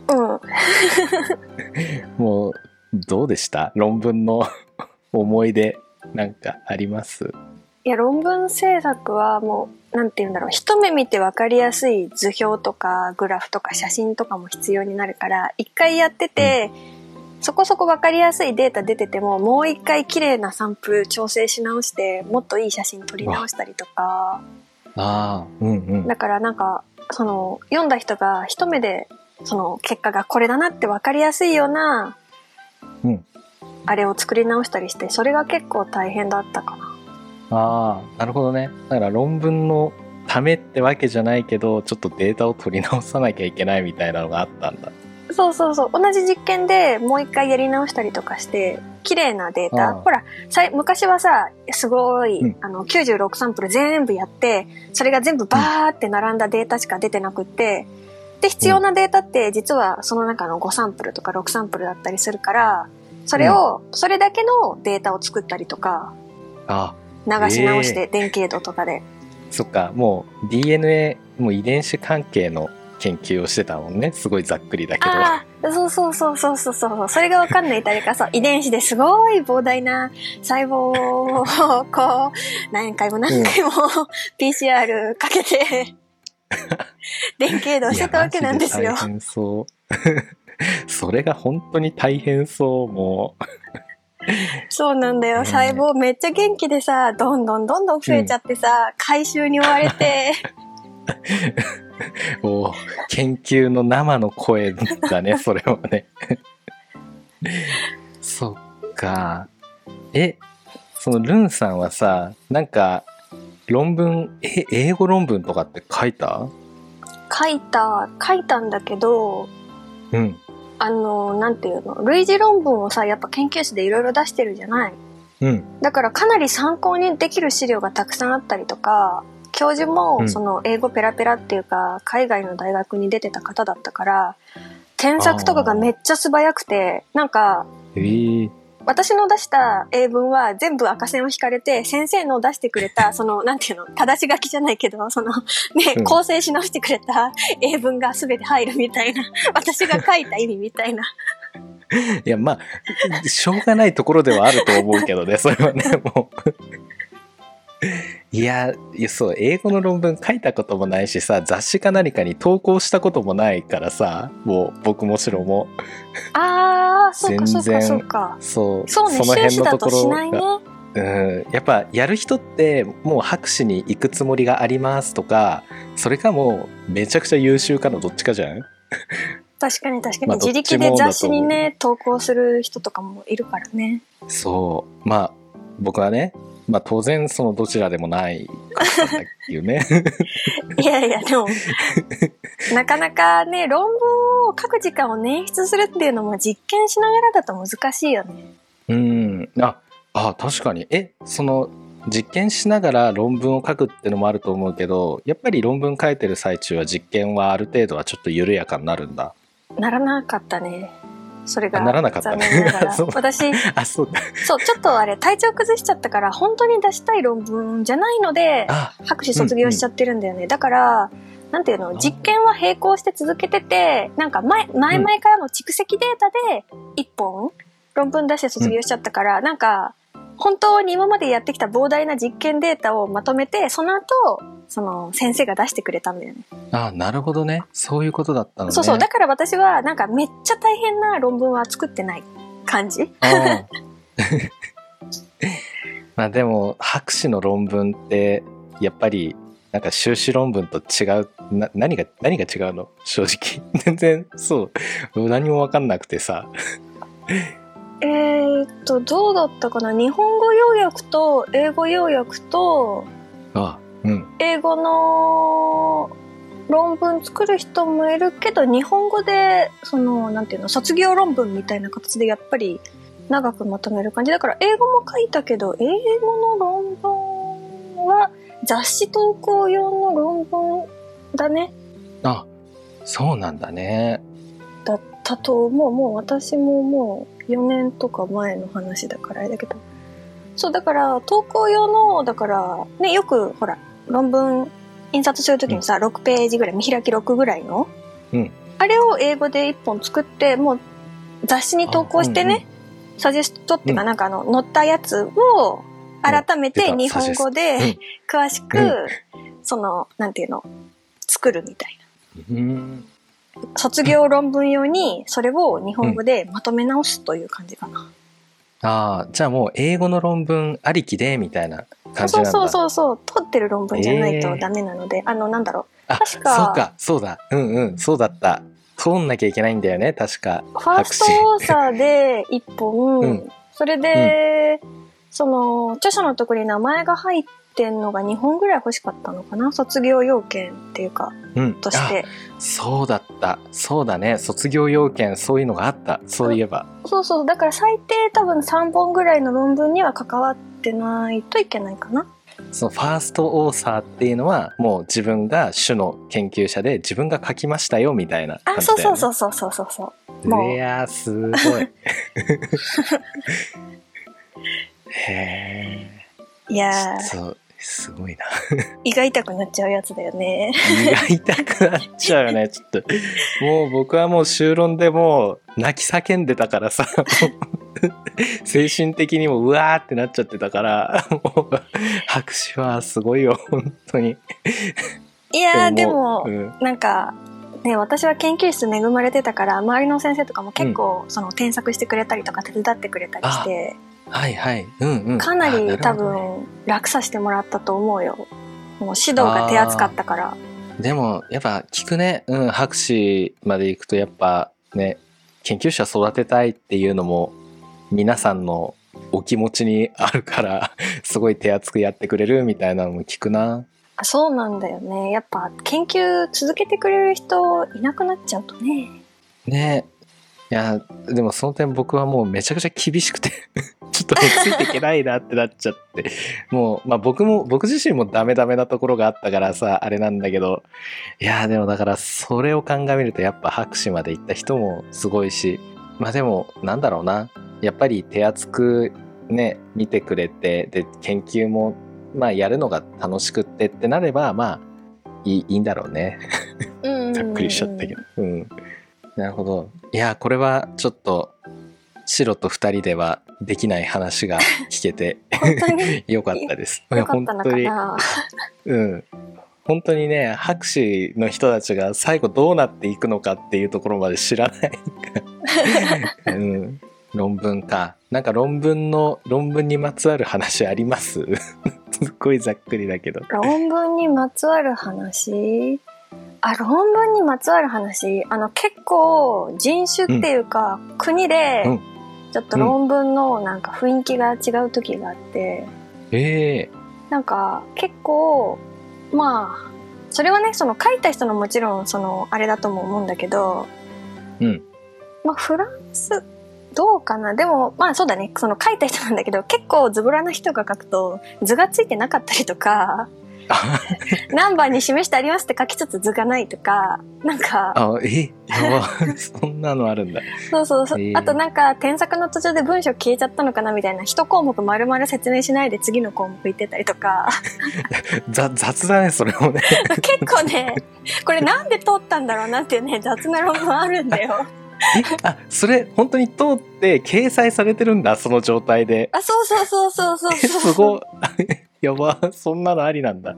Speaker 2: もうどうでした論文の 思い出なんかあります
Speaker 4: いや論文制作はもうなんて言うんだろう一目見て分かりやすい図表とかグラフとか写真とかも必要になるから一回やってて、そこそこ分かりやすいデータ出ててももう一回綺麗なサンプル調整し直してもっといい写真撮り直したりとか
Speaker 2: ああうんうん
Speaker 4: だからなんかその読んだ人が一目でその結果がこれだなって分かりやすいような、
Speaker 2: うん
Speaker 4: あれを作り直したりしてそれが結構大変だったかな。
Speaker 2: ああなるほどねだから論文のためってわけじゃないけどちょっとデータを取り直さなきゃいけないみたいなのがあったんだ
Speaker 4: そうそうそう同じ実験でもう一回やり直したりとかして綺麗なデータ
Speaker 2: ああ
Speaker 4: ほらさい昔はさすごい、
Speaker 2: うん
Speaker 4: あの96サンプル全部やってそれが全部バーって並んだデータしか出てなくって、で必要なデータって実はその中の5サンプルとか6サンプルだったりするからそれを、それだけのデータを作ったりとか
Speaker 2: ああ
Speaker 4: 流し直して、電気度とかで
Speaker 2: そっかもう DNA もう遺伝子関係の研究をしてたもんねすごいざっくりだけど
Speaker 4: ああそうそうそうそうそうそうそれが分かんない誰かさ遺伝子ですごい膨大な細胞をこう何回も何回も PCR かけて電気移動してたわけなんです
Speaker 2: いや
Speaker 4: よ
Speaker 2: マジ。大変そう それが本当に大変そうもう
Speaker 4: そうなんだよ
Speaker 2: ね
Speaker 4: 細胞めっちゃ元気でさどんどんどんどん増えちゃってさ、回収に追われて
Speaker 2: おー研究の生の声だね、それはね。 そっか。え、そのルンさんはさ、なんか、論文、え、英語論文とかって書いた
Speaker 4: 書いた書いたんだけど
Speaker 2: うん。
Speaker 4: あのなんていうの類似論文をさやっぱ研究室でいろいろ出してるじゃない
Speaker 2: うん。
Speaker 4: だからかなり参考にできる資料がたくさんあったりとか教授
Speaker 2: う
Speaker 4: も
Speaker 2: ん
Speaker 4: その英語ペラペラっていうか海外の大学に出てた方だったから添削とかがめっちゃ素早くてなんか
Speaker 2: えー、
Speaker 4: 私の出した英文は全部赤線を引かれて先生の出してくれたそのなんていうの正し書きじゃないけどそのね、
Speaker 2: うん
Speaker 4: 構成し直してくれた英文が全て入るみたいな私が書いた意味みたいな
Speaker 2: いや、まあ、しょうがないところではあると思うけどね、 それはね、もう。いや、いやそう、英語の論文書いたこともないしさ、雑誌か何かに投稿したこともないからさ、もう、僕もしろも、
Speaker 4: あーそうかそう
Speaker 2: 全
Speaker 4: か
Speaker 2: 然
Speaker 4: そうか
Speaker 2: そう、
Speaker 4: そうね
Speaker 2: の
Speaker 4: 修
Speaker 2: 辺
Speaker 4: 士
Speaker 2: の
Speaker 4: だ
Speaker 2: とこと
Speaker 4: しない
Speaker 2: ろ
Speaker 4: ね
Speaker 2: が、うん、やっぱやる人って、もう博士に行くつもりがありますとか、それかもう、めちゃくちゃ優秀かのどっちかじゃん
Speaker 4: 確かに確かに、
Speaker 2: まあ
Speaker 4: 自力で雑誌にね投稿する人とかもいるからね
Speaker 2: そう。まあ、僕はね、まあ当然そのどちらでもないかったっていう ね。
Speaker 4: いやいや でもなかなかね論文を書く時間を捻出するっていうのも実験しながらだと難しいよね
Speaker 2: うん。あ、あ、確かに。え、その、実験しながら論文を書くってのもあると思うけど、やっぱり論文書いてる最中は実験はある程度はちょっと緩やかになるんだ。
Speaker 4: ならなかったねそれが
Speaker 2: あならなかったね
Speaker 4: 残念ながら
Speaker 2: そう
Speaker 4: 私
Speaker 2: あ、そうか。
Speaker 4: そうちょっとあれ体調崩しちゃったから本当に出したい論文じゃないので
Speaker 2: あ、
Speaker 4: 博士卒業しちゃってるんだよね、だからなんていうの実験は並行して続けててなんか前前々からの蓄積データで1本論文出して卒業しちゃったから、なんか本当に今までやってきた膨大な実験データをまとめてその後その先生が出してくれたんだよね
Speaker 2: あ、なるほどね。そういうことだったのね。
Speaker 4: そうそうだから私はなんかめっちゃ大変な論文は作ってない感じ
Speaker 2: ああ まあでも博士の論文ってやっぱりなんか修士論文と違うな何が何が違うの正直 全然そう何も分かんなくてさ
Speaker 4: えー、っとどうだったかな日本語要約と英語要約と
Speaker 2: あうん
Speaker 4: 英語の論文作る人もいるけど日本語でそのなんていうの卒業論文みたいな形でやっぱり長くまとめる感じだから英語も書いたけど英語の論文は雑誌投稿用の論文だね
Speaker 2: あそうなんだね
Speaker 4: だったと思うもう私ももう4年とか前の話だからあれだけどそうだから投稿用のだからねよくほら論文印刷するときにさ、6ページぐらい見開き6ぐらいの、
Speaker 2: うん
Speaker 4: あれを英語で1本作ってもう雑誌に投稿してね、サジェストっていうか、
Speaker 2: うん
Speaker 4: なんかあの載ったやつを改めて
Speaker 2: うん出
Speaker 4: 日
Speaker 2: た
Speaker 4: 本語
Speaker 2: サジェ
Speaker 4: で
Speaker 2: ス
Speaker 4: 詳しく、
Speaker 2: う
Speaker 4: そのなんていうの作るみたいな。
Speaker 2: うんうん
Speaker 4: 卒業論文用にそれを日本語でまとめ直すという感じかな。
Speaker 2: ああじゃあもう英語の論文ありきでみたいな感じな
Speaker 4: そうん
Speaker 2: だ
Speaker 4: そうそうそう取ってる論文じゃない
Speaker 2: え
Speaker 4: と
Speaker 2: ー
Speaker 4: ダメなので、あのなんだろ
Speaker 2: あ
Speaker 4: 確か
Speaker 2: そうかそうだうんうんそうだった通んなきゃいけないんだよね確か
Speaker 4: うファーストオーサーで一 本、
Speaker 2: うん
Speaker 4: それで、その著者のところに名前が入ってんのが2本ぐらい欲しかったのかな卒業要件っていうか
Speaker 2: うん
Speaker 4: として
Speaker 2: そうだったそうだね卒業要件そういうのがあったそういえば
Speaker 4: そうそうだから最低多分3本ぐらいの論文には関わってないといけないかな。
Speaker 2: そのファーストオーサーっていうのはもう自分が主の研究者で自分が書きましたよみたいな感
Speaker 4: あ
Speaker 2: じ
Speaker 4: そう
Speaker 2: だ
Speaker 4: そ
Speaker 2: よ、ね、
Speaker 4: うそうそうそうそうそう。
Speaker 2: いやーす ごいへ
Speaker 4: いや
Speaker 2: え
Speaker 4: ー
Speaker 2: そうすごいな
Speaker 4: 胃が痛くなっちゃうやつだよね。
Speaker 2: 胃が痛くなっちゃうよねちょっともう僕はもう修論でもう泣き叫んでたからさもう精神的にもうわーってなっちゃってたからもう拍手はすごいよ本当に
Speaker 4: いやーで
Speaker 2: で
Speaker 4: も
Speaker 2: もうん
Speaker 4: なんかね私は研究室恵まれてたから周りの先生とかも結構、その添削してくれたりとか手伝ってくれたりして
Speaker 2: はいはいうんうん
Speaker 4: かな
Speaker 2: あな
Speaker 4: り
Speaker 2: る
Speaker 4: 多
Speaker 2: ほどね
Speaker 4: 分楽させてもらったと思うよもう指導が手厚かったから
Speaker 2: でもやっぱ聞くね、うん、博士まで行くとやっぱね研究者育てたいっていうのも皆さんのお気持ちにあるから すごい手厚くやってくれるみたいなのも聞くな
Speaker 4: あそうなんだよねやっぱ研究続けてくれる人いなくなっちゃうとね
Speaker 2: ねいやでもその点僕はもうめちゃくちゃ厳しくて ちょっともうついていけないなってなっちゃってもう、まあ、僕も僕自身もダメダメなところがあったからさあれなんだけどいやでもだからそれを鑑みるとやっぱ博士まで行った人もすごいしまあでもなんだろうなやっぱり手厚くね見てくれてで研究もまあやるのが楽しくってってなればまあいいいいんだろうね。
Speaker 4: うん
Speaker 2: ざっくりしちゃったけど。うん。なるほど。いや、これはちょっと、白と二人ではできない話が聞けて
Speaker 4: 本当に
Speaker 2: よかったです。
Speaker 4: よかったのか
Speaker 2: いや
Speaker 4: な
Speaker 2: 本当に、うん。本当にね、博士の人たちが最後どうなっていくのかっていうところまで知らない から。うん。論文か。なんか論文の、論文にまつわる話あります すっごいざっくりだけど。
Speaker 4: 論文にまつわる話あ論文にまつわる話あの結構人種っていうか、国で
Speaker 2: うん
Speaker 4: ちょっと論文のなんか雰囲気が違う時があって、
Speaker 2: ええ
Speaker 4: なんか結構まあそれはねその書いた人のもちろんそのあれだとも思うんだけど、
Speaker 2: うん
Speaker 4: まあフランスどうかなでもまあそうだねその書いた人なんだけど結構ズボラな人が書くと図がついてなかったりとか。
Speaker 2: あ
Speaker 4: 何番に示してありますって書きつつ図がないとか、なんか、
Speaker 2: あ、えやば。 そんなのあるんだ。
Speaker 4: そうそうそう、
Speaker 2: へー
Speaker 4: あとなんか添削の途中で文章消えちゃったのかなみたいな、一項目丸々説明しないで次の項目言ってたりとか、
Speaker 2: ざ雑だねそれもね
Speaker 4: 結構ね、これなんで通ったんだろうなっていうね、雑な論文あるんだよ。
Speaker 2: え あそれ本当に通って掲載されてるんだその状態で
Speaker 4: あ、そうそうそうそうそう
Speaker 2: え
Speaker 4: そう。
Speaker 2: すごいやばそんなのありなんだ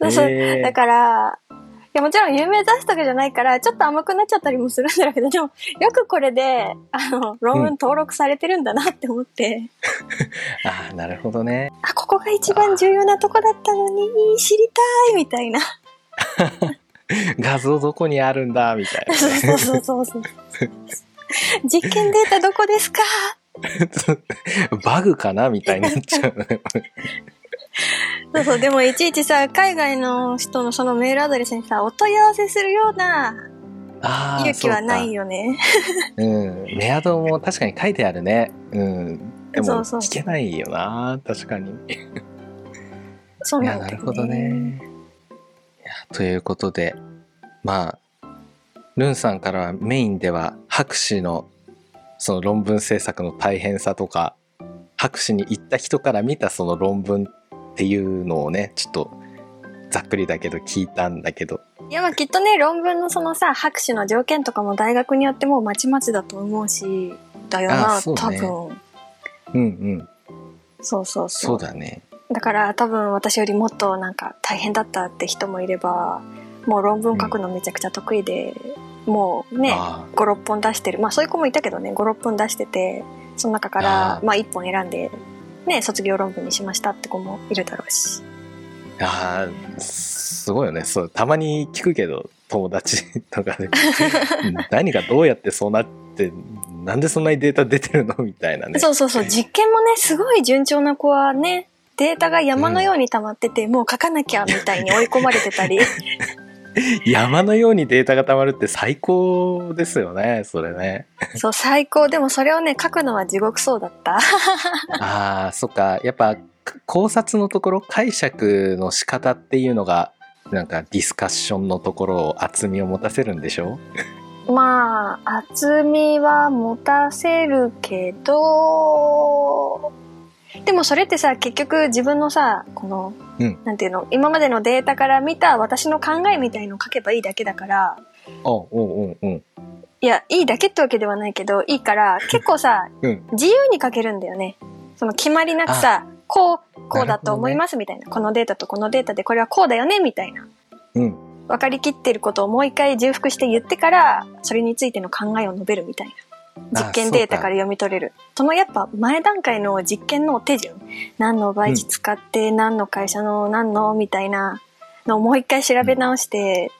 Speaker 4: そうそう
Speaker 2: え
Speaker 4: だから、いやもちろん有名雑誌とかじゃないから、ちょっと甘くなっちゃったりもするんだけど、でも、よくこれで、あの、論文登録されてるんだなって思って。
Speaker 2: ーあーなるほどね
Speaker 4: あここが一番重要なとこだったのに知りたいみたいな
Speaker 2: 画像どこにあるんだみたい
Speaker 4: そうそうそうそうそう実験データどこですか
Speaker 2: な バグかなみたいになっちゃ うね
Speaker 4: そうそうでもいちいちさ海外の人のそのメールアドレスにさお問い合わせするような
Speaker 2: あー
Speaker 4: 勇気は
Speaker 2: そうか
Speaker 4: ないよね
Speaker 2: うんメアドも確かに書いてあるねうんで
Speaker 4: そ
Speaker 2: も
Speaker 4: うそう
Speaker 2: 聞けないよな確かに
Speaker 4: そう
Speaker 2: い
Speaker 4: な
Speaker 2: や
Speaker 4: んだ
Speaker 2: な
Speaker 4: よ
Speaker 2: るほどね。いやということでまあルンさんからはメインでは博士のその論文制作の大変さとか博士に行った人から見たその論文っていうのをねちょっとざっくりだけど聞いたんだけど
Speaker 4: いやまあきっとね論文のそのさ博士の条件とかも大学によってもうまちまちだと思うしだよな、
Speaker 2: あそう
Speaker 4: 多
Speaker 2: ね
Speaker 4: 分
Speaker 2: うんうん
Speaker 4: そうそうそ
Speaker 2: そううだね
Speaker 4: だから多分私よりもっとなんか大変だったって人もいればもう論文書くのめちゃくちゃ得意で、もうね
Speaker 2: あ
Speaker 4: 56本出してるまあそういう子もいたけどね56本出しててその中から
Speaker 2: あー
Speaker 4: まあ1本選んで、ね、卒業論文にしましたって子もいるだろうし
Speaker 2: ーあーすごいよねそうたまに聞くけど友達と かでうん何がどうやってそうなってなんでそんなにデータ出てるのみたい なね
Speaker 4: そうそうそう実験もねすごい順調な子はねデータが山のように溜まってて、もう書かなきゃみたいに追い込まれてた り
Speaker 2: 山のようにデータが溜まるって最高ですよねそれね
Speaker 4: そう最高でもそれをね書くのは地獄そうだった
Speaker 2: あーそっかやっぱ考察のところ解釈の仕方っていうのがなんかディスカッションのところを厚みを持たせるんでしょ
Speaker 4: まあ厚みは持たせるけどでもそれってさ結局自分のさこの、
Speaker 2: うん
Speaker 4: なんていうの今までのデータから見た私の考えみたいのを書けばいいだけだから
Speaker 2: おうんうんうん、
Speaker 4: いやいいだけってわけではないけどいいから結構さ
Speaker 2: うん
Speaker 4: 自由に書けるんだよねその決まりなくさこうこうだと思いますみたいなこのデータとこのデータでこれはこうだよねみたいな
Speaker 2: うん
Speaker 4: 分かりきってることをもう一回重複して言ってからそれについての考えを述べるみたいな
Speaker 2: あ
Speaker 4: 実験データから読み取れるそのやっぱ前段階の実験の手順何の媒地使って、何の会社の何のみたいなのをもう一回調べ直して、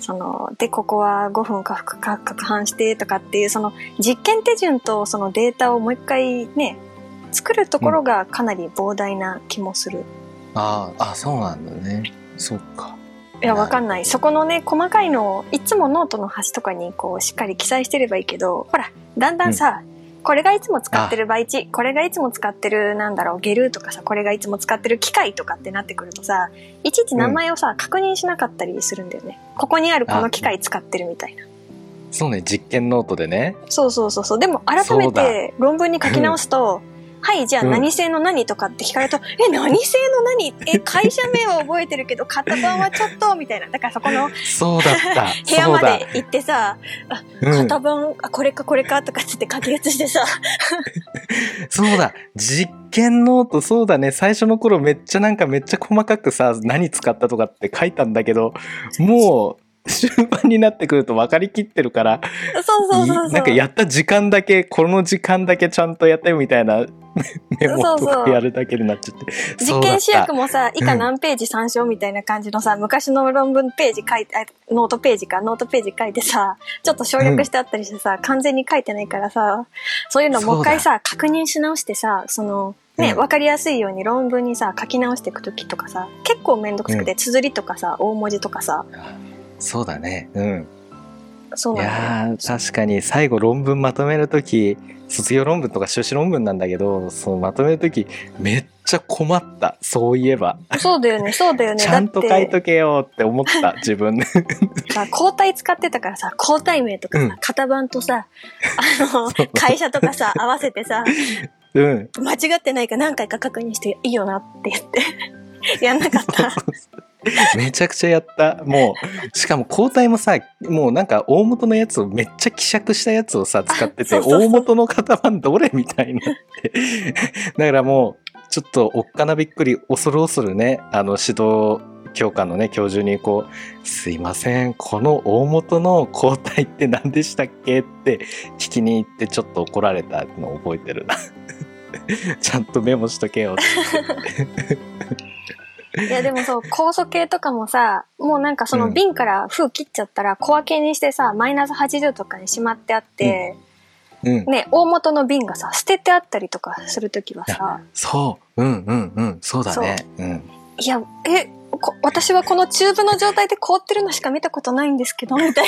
Speaker 4: そのでここは5分かかか攪拌してとかっていうその実験手順とそのデータをもう一回ね作るところがかなり膨大な気もする、
Speaker 2: あーあそうなんだねそっか
Speaker 4: いやわかんないそこのね細かいのをいつもノートの端とかにこうしっかり記載してればいいけどほらだんだんさ、これがいつも使ってる倍値これがいつも使ってるなんだろうゲルとかさこれがいつも使ってる機械とかってなってくるとさいちいち名前をさ、確認しなかったりするんだよねここにあるこの機械使ってるみたいな
Speaker 2: そうね実験ノートでね
Speaker 4: そうそうそうそうでも改めて論文に書き直すとはいじゃあ
Speaker 2: うん
Speaker 4: 何製の何とかって聞かれると、え何製の何え会社名は覚えてるけど型番はちょっとみたいなだからそこの
Speaker 2: そうだった
Speaker 4: 部屋
Speaker 2: そう
Speaker 4: ま
Speaker 2: だ
Speaker 4: で、行ってさ、
Speaker 2: うん、
Speaker 4: 型番、あ、これかこれかとかっつって書き写してさ、
Speaker 2: そうだ実験ノートそうだね最初の頃めっちゃなんかめっちゃ細かくさ何使ったとかって書いたんだけどもう終盤になってくると分かりきってるから
Speaker 4: そうそうそうそう。
Speaker 2: なんかやった時間だけこの時間だけちゃんとやったよみたいな メモと
Speaker 4: そうそ
Speaker 2: か
Speaker 4: う
Speaker 2: やるだけになっちゃって
Speaker 4: 実験試薬
Speaker 2: も
Speaker 4: もさ、以下何ページ参照みたいな感じのさ、昔の論文ページ書いて、あノートページか、ノートページ書いてさ、ちょっと省略してあったりしてさ、完全に書いてないからさ、そういうのもう一回さ、確認し直してさ、その、ね、
Speaker 2: うん
Speaker 4: わかりやすいように論文にさ、書き直していくときとかさ、結構めんどくさくて、綴りとかさ、大文字とかさ、
Speaker 2: そうだねうん
Speaker 4: そう
Speaker 2: い
Speaker 4: なんだよ。
Speaker 2: やー確かに最後論文まとめる時卒業論文とか修士論文なんだけどそのまとめる時めっちゃ困ったそういえば
Speaker 4: そうだよね、そうだよ ね。
Speaker 2: ちゃんと
Speaker 4: だっ
Speaker 2: 書
Speaker 4: て
Speaker 2: いとけよって思った自分 で
Speaker 4: さ、交代使ってたからさ、交代名とかさ、
Speaker 2: うん
Speaker 4: 型番とさ、あ の、会社とかさ、合わせてさ、
Speaker 2: うん
Speaker 4: 間違ってないか何回か確認していいよなって言って、 やんなかった。
Speaker 2: めちゃくちゃやったもうしかも交代もさもうなんか大元のやつをめっちゃ希釈したやつをさ使ってて
Speaker 4: そうそうそう
Speaker 2: 大元の型番どれみたいになって だからもうちょっとおっかなびっくり恐る恐るねあの指導教官のね教授にこう「すいませんこの大元の交代って何でしたっけ?」って聞きに行ってちょっと怒られたのを覚えてるな ちゃんとメモしとけよって
Speaker 4: いやでもそう、酵素系とかもさ、もうなんかそうの
Speaker 2: ん
Speaker 4: 瓶から封切っちゃったら小分けにしてさ、マイナス80とかにしまってあって、
Speaker 2: うん
Speaker 4: ね、大元の瓶がさ、捨ててあったりとかするときはさ、
Speaker 2: そううんうんうんそうだねうん
Speaker 4: いや、え、こ私はこのチューブの状態で凍ってるのしか見たことないんですけど、みたい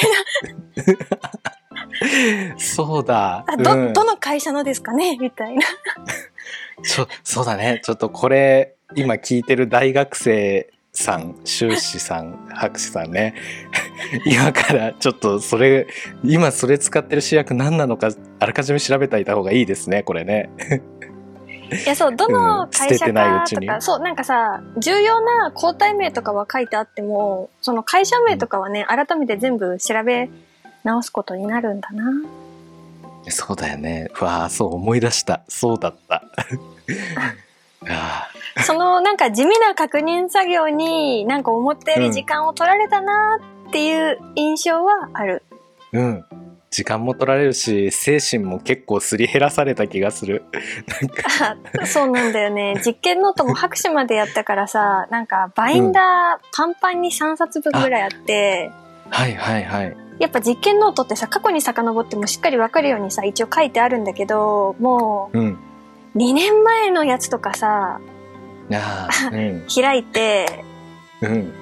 Speaker 4: な。
Speaker 2: そうだ。
Speaker 4: あど、
Speaker 2: うん
Speaker 4: どの会社のですかねみたいな。
Speaker 2: ちょそうだね。ちょっとこれ、今聞いてる大学生さん、修士さん、博士さんね。 今からちょっとそれ、今それ使ってる試薬何なのか、あらかじめ調べておいた方がいいですね、これね。
Speaker 4: いやそうどの会社
Speaker 2: うん捨ててな
Speaker 4: か
Speaker 2: いうち
Speaker 4: と
Speaker 2: に
Speaker 4: か、そうなんかさ重要な交代名とかは書いてあってもその会社名とかはね、改めて全部調べ直すことになるんだな
Speaker 2: そうだよね。うわあ、そう思い出した。そうだった。 あ
Speaker 4: そのなんか地味な確認作業になんか思ったより時間を取られたなっていう印象はあ る、
Speaker 2: ーうん。時間も取られるし、精神も結構すり減らされた気がする。なんか、
Speaker 4: あそうなんだよね実験ノートも博士までやったからさなんかバインダーパンパンに3冊分ぐらいあって、
Speaker 2: はいはいはい。
Speaker 4: やっぱ実験ノートってさ過去に遡ってもしっかりわかるようにさ一応書いてあるんだけどもう
Speaker 2: うん。
Speaker 4: 2年前のやつとかさ
Speaker 2: ああ、うん。
Speaker 4: 開いて
Speaker 2: うん。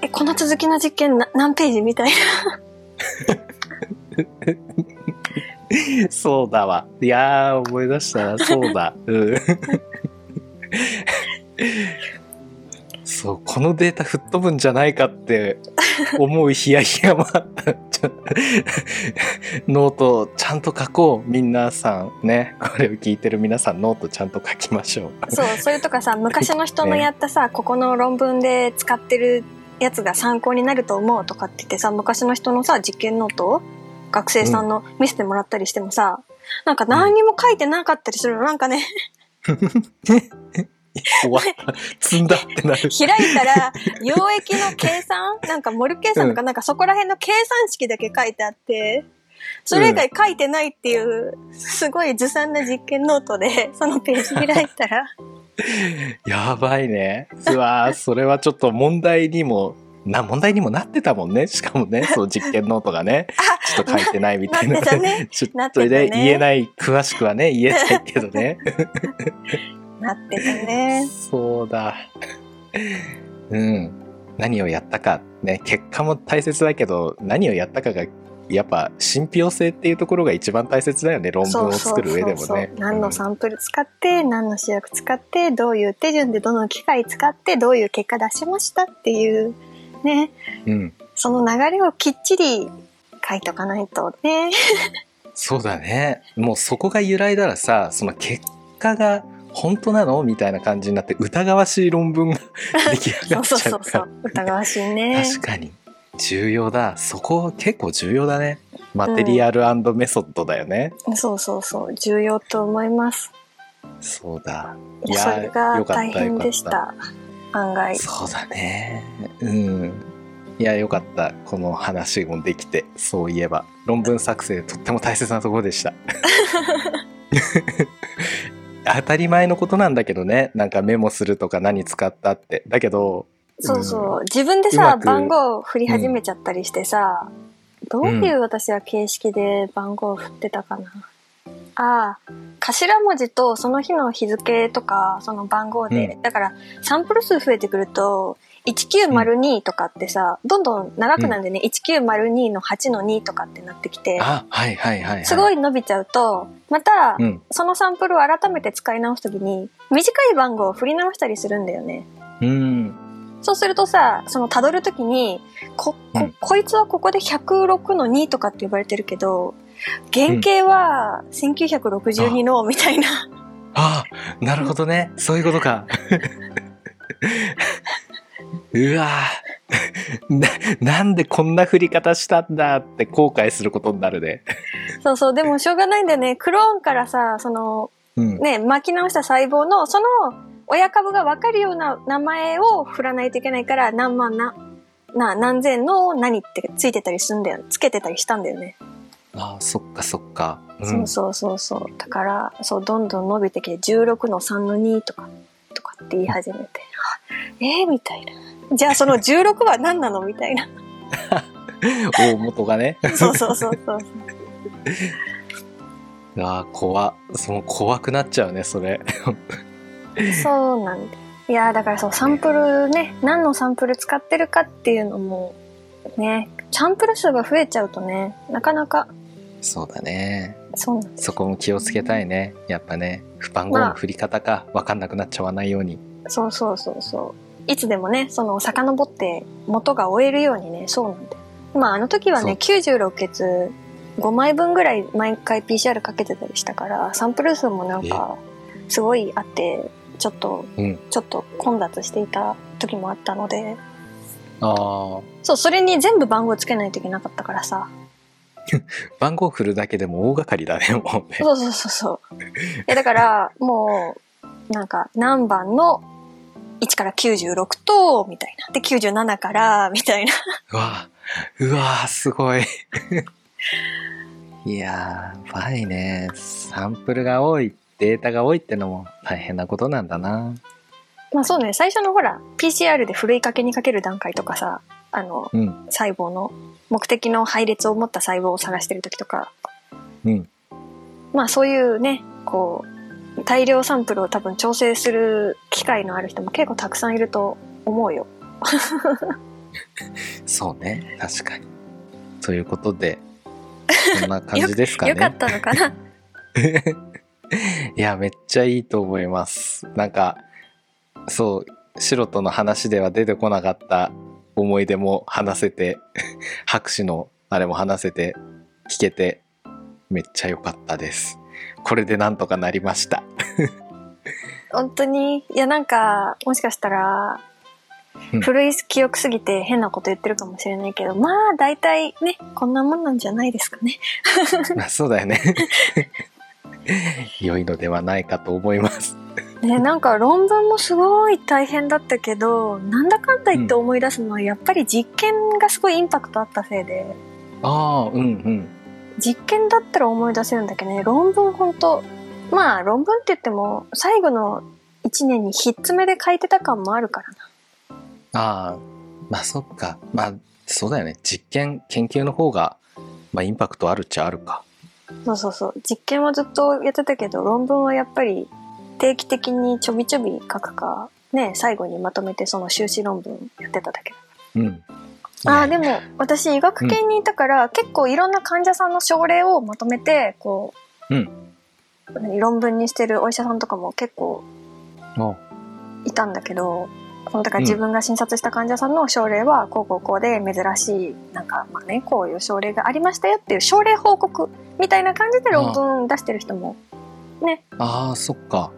Speaker 4: えこの続きの実験な何ページみたいな
Speaker 2: そうだわ。いやー、思い出したな。そうだ。うん。そう、このデータ吹っ飛ぶんじゃないかって思うヒヤヒヤもあった。ちょノートちゃんと書こう。皆さんね。これを聞いてる皆さん、ノートちゃんと書きましょう。
Speaker 4: そうそれとかさ昔の人のやったさ、ここの論文で使ってるやつが参考になると思うとかって言ってさ昔の人のさ実験ノートを学生さんの見せてもらったりしてもさ、なんか何にも書いてなかったりするのなんかね
Speaker 2: 終わ った。積んだってなる。
Speaker 4: 開い たら、溶液の計算なんか、モル計算とか、なんかそこら辺の計算式だけ書いてあって、それ以外書いてないっていう、すごいずさんな実験ノートで、 そのページ開いたら、
Speaker 2: やばいね。うわー、それはちょっと問題にもな問題にもなってたもんね。しかも ね、そう実験ノートがね、ちょっと書いてないみ
Speaker 4: なった
Speaker 2: いな、
Speaker 4: てたね。
Speaker 2: ちょ
Speaker 4: な
Speaker 2: っ
Speaker 4: って
Speaker 2: と
Speaker 4: たね
Speaker 2: ね、言えない、詳しくはね、言えないけど ね。
Speaker 4: なってたね。
Speaker 2: そうだ。うん。何をやったか。ね、結果も大切だけど、何をやったかが、やっぱ信憑性っていうところが一番大切だよね、論文を作る上でもね。
Speaker 4: 何のサンプル使って、何の試薬使って、どういう手順でどの機械使って、どういう結果出しましたっていう、ね、
Speaker 2: うん。
Speaker 4: その流れをきっちり書いとかないと ね。
Speaker 2: そうだね。もうそこが由来ならさ、その結果が本当なのみたいな感じになって疑わしい論文が 出来上
Speaker 4: そ
Speaker 2: がっ
Speaker 4: うそう
Speaker 2: ちゃ
Speaker 4: そうう
Speaker 2: か
Speaker 4: そ
Speaker 2: ら
Speaker 4: う。疑わしいね。
Speaker 2: 確かに重要だそこ結構重要だねマテリアルメソッドだよね、
Speaker 4: そうそうそう。重要と思います。
Speaker 2: そうだ
Speaker 4: い
Speaker 2: いや
Speaker 4: やそれが
Speaker 2: よかった
Speaker 4: 大変でし
Speaker 2: よ
Speaker 4: た。案外。
Speaker 2: そうだねうんいやよかったこの話もできてそういえば論文作成とっても大切なところでした 当たり前のことなんだけどねなんかメモするとか何使ったってだけど
Speaker 4: そうそうう。自分で
Speaker 2: うま
Speaker 4: さ、
Speaker 2: く
Speaker 4: 番号を振り始めちゃったりしてさ、どういう私は形式で番号を振ってたかな。ああ、頭文字とその日の日付とか、その番号で、
Speaker 2: う
Speaker 4: だからサンプル数増えてくると、1902とかってさ、どんどん長くなんでね、1902の8の2とかってなってきて、
Speaker 2: あはいはいはい、はい、
Speaker 4: すごい伸びちゃうと、また
Speaker 2: う、ん
Speaker 4: そのサンプルを改めて使い直すときに、短い番号を振り直したりするんだよね。
Speaker 2: うん
Speaker 4: そうするとさ、その辿るときに、こ、
Speaker 2: う
Speaker 4: こ
Speaker 2: ん、
Speaker 4: こいつはここで106の2とかって呼ばれてるけど、原型は1962のみたい な、
Speaker 2: あなるほどねそういうことか うわ ななんでこんな振り方したんだって後悔することになるね、
Speaker 4: そうそう、でもしょうがないんだよね。クローンからさ、その、
Speaker 2: うん、
Speaker 4: ね、巻き直した細胞の、その、親株がわかるような名前を振らないといけないから、何万な、な、何千の何ってついてたりすんだよ。つけてたりしたんだよね。
Speaker 2: あそっかそっか、うん
Speaker 4: そうそうそうそう。だから、そう、どんどん伸びてきて、16の3の2とか、とかって言い始めて、 あえー、みたいな。じゃあその16は何なのみたいな。
Speaker 2: 大元が ね
Speaker 4: そうそうそうそう。
Speaker 2: ああ怖その怖くなっちゃうねそれ
Speaker 4: そうなんだ。いやーだからそう、サンプルね、何のサンプル使ってるかっていうのも、ね、サンプル数が増えちゃうとね、なかなか、
Speaker 2: そうだね
Speaker 4: そうなんです
Speaker 2: そこも気をつけたいねやっぱね番号の振り方か分かんなくなっちゃわないように、
Speaker 4: そうそうそうそう。いつでもね、その、遡って元が終えるようにね、そうなんだよ。まあ、あの時はね、96血5枚分ぐらい毎回 PCR かけてたりしたから、サンプル数もなんか、すごいあって、ちょっと、
Speaker 2: うん
Speaker 4: ちょっと混雑していた時もあったので、
Speaker 2: ああ
Speaker 4: そう、それに全部番号つけないといけなかったからさ。
Speaker 2: 番号振るだけでも大掛かりだねもうね
Speaker 4: そうそうそうそう。いや、だから、もう、なんか、何番の1から96と、みたいな。で、97から、みたいな。
Speaker 2: うわうわすごい いやーやばいねサンプルが多いデータが多いってのも大変なことなんだな
Speaker 4: まあそうね、最初のほら、PCR でふるいかけにかける段階とかさ、あの、
Speaker 2: うん
Speaker 4: 細胞の目的の配列を持った細胞を探してる時とか、
Speaker 2: うん
Speaker 4: まあそういうね、こう、大量サンプルを多分調整する機会のある人も結構たくさんいると思うよ。
Speaker 2: そうね確かにということ でこんな感じですかね
Speaker 4: よかったのか な
Speaker 2: いやめっちゃいいと思いますなんかそう白との話では出てこなかった思い出も話せて 拍手のあれも話せて聞けてめっちゃ良かったですこれでなんとかなりま した
Speaker 4: 本当に。いやなんか、もしかしたら
Speaker 2: うん、
Speaker 4: 古い記憶すぎて変なこと言ってるかもしれないけど、まあ大体ね、こんなもんなんじゃないですかね。
Speaker 2: まあそうだよ ね良いのではないかと思います
Speaker 4: ね、なんか論文もすごい大変だったけどなんだかんだ言って思い出すのはやっぱり実験がすごいインパクトあったせいで
Speaker 2: ああうんうん
Speaker 4: 実験だったら思い出せるんだけどね論文ほんとまあ論文って言っても最後の1年にひっつめで書いてた感もあるからな
Speaker 2: ああまあそっか。まあそうだよね。実験、研究の方が、まあインパクトあるっちゃあるか。
Speaker 4: そうそうそう実験はずっとやってたけど論文はやっぱり定期的にちょびちょび書くかね最後にまとめてその修士論文やってただけ
Speaker 2: うん。
Speaker 4: ああ
Speaker 2: ね
Speaker 4: でも私医学系にいたから、結構いろんな患者さんの症例をまとめてこう、
Speaker 2: うん
Speaker 4: 何論文にしてるお医者さんとかも結構
Speaker 2: お
Speaker 4: いたんだけどそのだから自分が診察した患者さんの症例はこうこうこうで珍しいなんか、まあね、こういう症例がありましたよっていう症例報告みたいな感じで論文出してる人も
Speaker 2: ああ、そっか。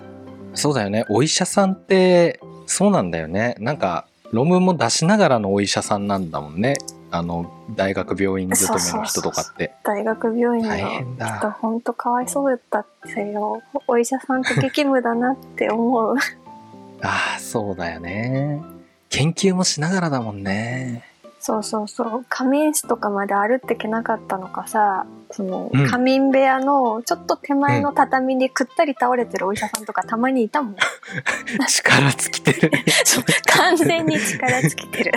Speaker 2: そうだよね。お医者さんって、そうなんだよね。なんか、論文も出しながらのお医者さんなんだもんね。あの、大学病院勤めの人とかって。
Speaker 4: 大学病院の
Speaker 2: 大
Speaker 4: 人
Speaker 2: 変だ。
Speaker 4: ほんとかわいそうだったってよお医者さんって激務だなって思う
Speaker 2: ああ、そうだよね。研究もしながらだもんね。
Speaker 4: そうそうそう仮眠室とかまで歩ってけなかったのかさその
Speaker 2: うん
Speaker 4: 仮眠部屋のちょっと手前の畳でくったり倒れてるお医者さんとかたまにいたもん
Speaker 2: 力尽きてる。
Speaker 4: そう 完全に力尽きてる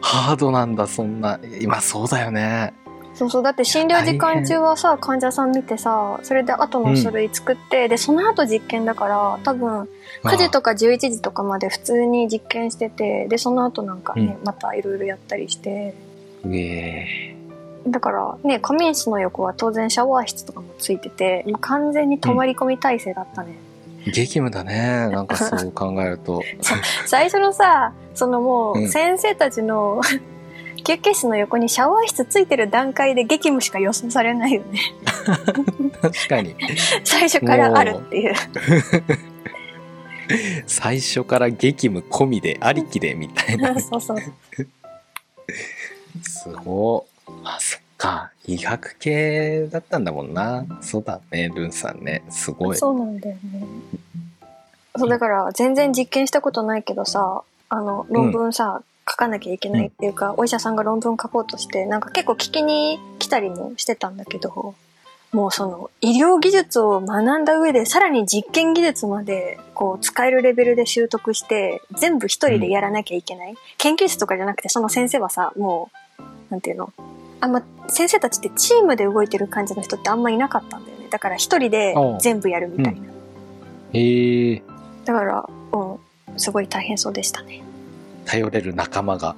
Speaker 2: ハードなんだ、そんな。今、そうだよね。
Speaker 4: そうそうだって診療時間中はさ患者さん見てさそれで後の書類作って、でその後実験だから多分9時とか11時とかまで普通に実験しててでその後なんかね、またいろいろやったりして
Speaker 2: うえ
Speaker 4: だからね仮眠室の横は当然シャワー室とかもついててもう完全に泊まり込み体制だったね、
Speaker 2: ー激務だね。なんかそう考えると。
Speaker 4: 最初のさそのも
Speaker 2: う
Speaker 4: うん先生たちの 休憩室の横にシャワー室ついてる段階で激務しか予想されないよね
Speaker 2: 確かに。
Speaker 4: 最初からあるっていう。
Speaker 2: 最初から激務込みで、ありきで、みたいな
Speaker 4: そうそう
Speaker 2: すごっあ、そっか。医学系だったんだもんな。そうだね、ルンさんね。すごい。
Speaker 4: そうなんだよねそうだから全然実験したことないけどさあの論文さ、書かなきゃいけないっていうか、お医者さんが論文書こうとしてなんか結構聞きに来たりもしてたんだけどもうその医療技術を学んだ上でさらに実験技術までこう使えるレベルで習得して全部一人でやらなきゃいけない、研究室とかじゃなくてその先生はさもうなんていうのあんま先生たちってチームで動いてる感じの人ってあんまいなかったんだよねだから一人で全部やるみたいな、
Speaker 2: へえ。
Speaker 4: だからうんすごい大変そうでしたね
Speaker 2: 頼れる仲間が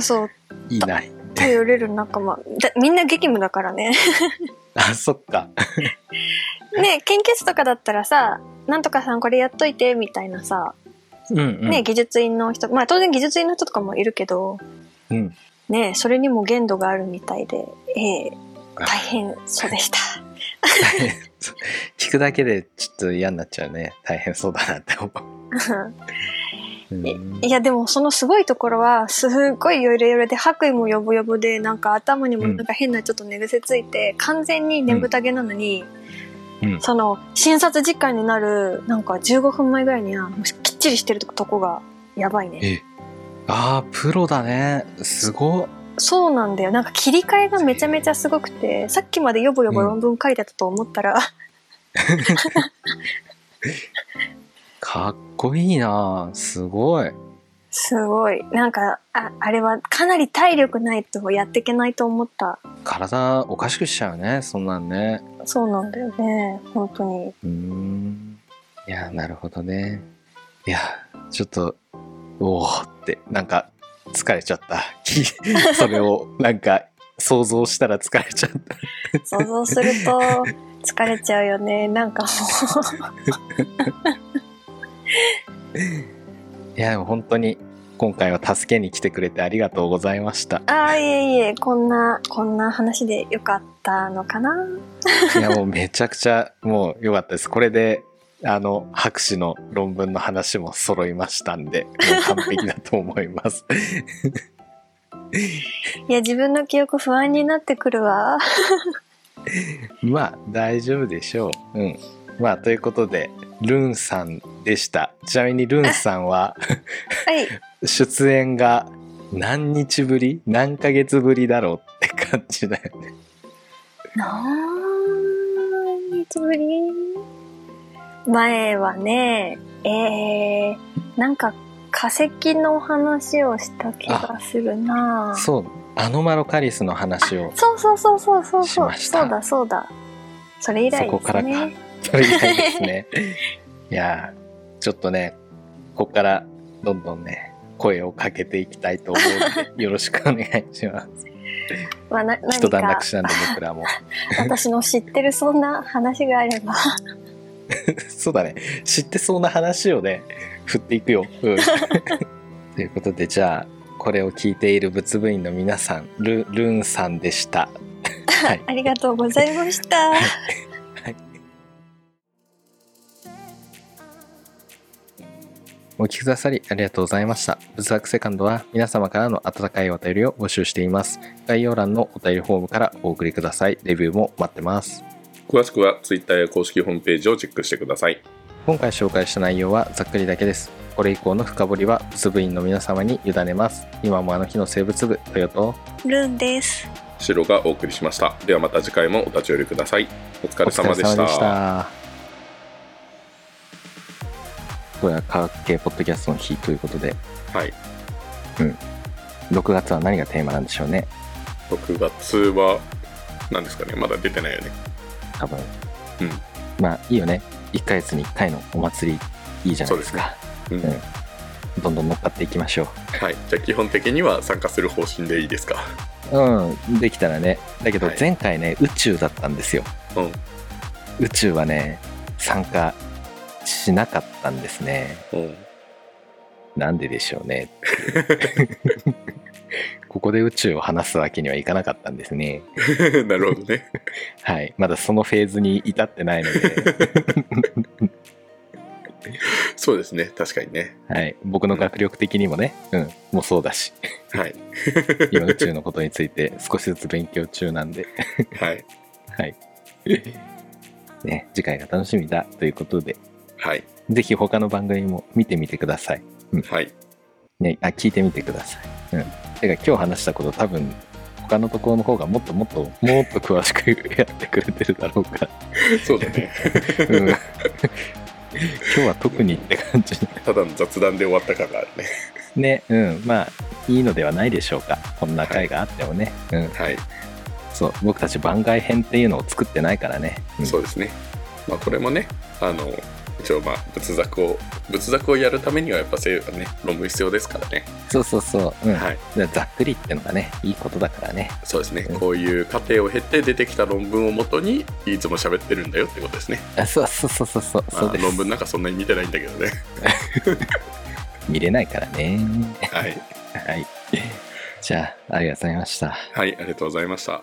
Speaker 4: そう
Speaker 2: いない。
Speaker 4: 頼れる仲間だみんな激務だからね
Speaker 2: あ、そっか。
Speaker 4: ね研究室とかだったらさなんとかさんこれやっといてみたいなさ、
Speaker 2: うん、うん。
Speaker 4: ね技術員の人まあ当然技術員の人とかもいるけど
Speaker 2: うん。
Speaker 4: ねそれにも限度があるみたいでええ大変そうでした
Speaker 2: 聞くだけでちょっと嫌になっちゃうね。大変そうだなって 思う。うん
Speaker 4: いやでもそのすごいところはすごいヨレヨレで白衣もヨボヨボでなんか頭にもなんか変なちょっと寝癖ついて、完全に眠たげなのに、
Speaker 2: うん
Speaker 4: その診察時間になるなんか15分前ぐらいにはもうきっちりしてるとこがやばいね
Speaker 2: えああ、プロだね。すごっ。
Speaker 4: そうなんだよなんか切り替えがめちゃめちゃすごくてさっきまでヨボヨボ論文書いてたと思ったら、
Speaker 2: かっこいいなすごい。
Speaker 4: すごいなんかああれはかなり体力ないとやっていけないと思った
Speaker 2: 体おかしくしちゃうね。そんなんね。
Speaker 4: そうなんだよね本当に
Speaker 2: うーん。いや、なるほどね。いや、ちょっと、おおって、なんか、疲れちゃった。 きそれを、なんか、想像したら疲れちゃった。
Speaker 4: 想像すると疲れちゃうよねなんかも
Speaker 2: いや、でも本当に、今回は助けに来てくれてありがとうございました。
Speaker 4: う ああいえいえこんなこんな話でよかったのかない
Speaker 2: や、もうめちゃくちゃ、もう良かったです。これで、あの、博士の論文の話も揃いましたんで、もう完璧だと思います。
Speaker 4: いや自分の記憶不安になってくるわ
Speaker 2: まあ大丈夫でしょう。うん。まあということでルンさんでした。ちなみにルンさん は
Speaker 4: はい
Speaker 2: 出演が何日ぶり何ヶ月ぶりだろうって感じだよね。
Speaker 4: 何日ぶり前はねえー、なんか化石の話をした気がするなぁ
Speaker 2: そうアノマロカリスの話 を
Speaker 4: そうそうそうそうそう
Speaker 2: し
Speaker 4: そう
Speaker 2: ました
Speaker 4: そうだそうだそれ以来ですね
Speaker 2: そこからかそれ以外ですねいやーちょっとねここからどんどんね声をかけていきたいと思うのでよろしくお願いします
Speaker 4: まあ、な何
Speaker 2: 一段
Speaker 4: か
Speaker 2: 落したんで僕らも
Speaker 4: 私の知ってるそんな話があれば
Speaker 2: そうだね知ってそうな話をね振っていくよ、うんということでじゃあこれを聞いている仏部員の皆さんルルンさんでしたはい
Speaker 4: ありがとうございました
Speaker 2: お聞きくださりありがとうございました。仏学セカンドは皆様からの温かいお便りを募集しています。概要欄のお便りフォームからお送りください。レビューも待ってます。
Speaker 3: 詳しくは Twitter や公式ホームページをチェックしてください。
Speaker 2: 今回紹介した内容はざっくりだけです。これ以降の深掘りは仏部員の皆様に委ねます。今もあの日の生物部、トヨと
Speaker 4: ルンです
Speaker 3: 白がお送りしました。ではまた次回もお立ち寄りください。お疲
Speaker 2: お
Speaker 3: れ様でした。
Speaker 2: た。これは科学系ポッドキャストの日ということで、
Speaker 3: はい。
Speaker 2: 6月は何がテーマなんでしょうね。
Speaker 3: 6月は、何ですかね。まだ出てないよね。
Speaker 2: 多分、
Speaker 3: うん
Speaker 2: まあいいよね1ヶ月に1回のお祭りいいじゃないですか
Speaker 3: うん。
Speaker 2: うんどんどん乗っかっていきましょ
Speaker 3: はい。じゃあ基本的には参加する方針でいいですか。
Speaker 2: ううんできたらねだけど
Speaker 3: はい
Speaker 2: 前回ね、宇宙だったんですよ
Speaker 3: うん。
Speaker 2: 宇宙はね参加しなかったんですね
Speaker 3: うん。
Speaker 2: なんででしょう ねっていうここで宇宙を話すわけにはいかなかったんですね
Speaker 3: なるほどね。
Speaker 2: はいまだそのフェーズに至ってないので、
Speaker 3: そうですね。確かにね。
Speaker 2: はい、僕の学力的にもね、うん、もうそうだし
Speaker 3: はい。
Speaker 2: 今宇宙のことについて少しずつ勉強中なんで、
Speaker 3: はい。
Speaker 2: はい。ね、次回が楽しみだということで、
Speaker 3: はい。
Speaker 2: ぜひ他の番組も見てみてください。
Speaker 3: はい。
Speaker 2: ね、あ、聞いてみてください。うん。てか今日話したこと多分、他のところの方がもっともっと、もっと詳しくやってくれてるだろうから。
Speaker 3: そうだね。
Speaker 2: うん。今日は特にって感じ。
Speaker 3: ただの雑談で終わった感があるね。
Speaker 2: ね、うん。まあ、いいのではないでしょうか。こんな回があってもね。うん。
Speaker 3: はい。
Speaker 2: そう。僕たち番外編っていうのを作ってないからね。うん
Speaker 3: そうですね。まあこれもね、あの、一応まあ仏作を、仏作をやるためにはやっぱせね、論文必要ですからね。
Speaker 2: そうそうそう。うん。
Speaker 3: はい。
Speaker 2: だからざっくりってのがねいいことだからね
Speaker 3: そうですね
Speaker 2: うん。
Speaker 3: こういう過程を経て出てきた論文をもとに、いつも喋ってるんだよってことですね。
Speaker 2: あそうそうそうそうそう
Speaker 3: まあ
Speaker 2: そうです
Speaker 3: 論文なんかそんなに見てないんだけどね。
Speaker 2: 見れないからね
Speaker 3: はい。
Speaker 2: はいじゃあありがとうございました
Speaker 3: はい、ありがとうございました。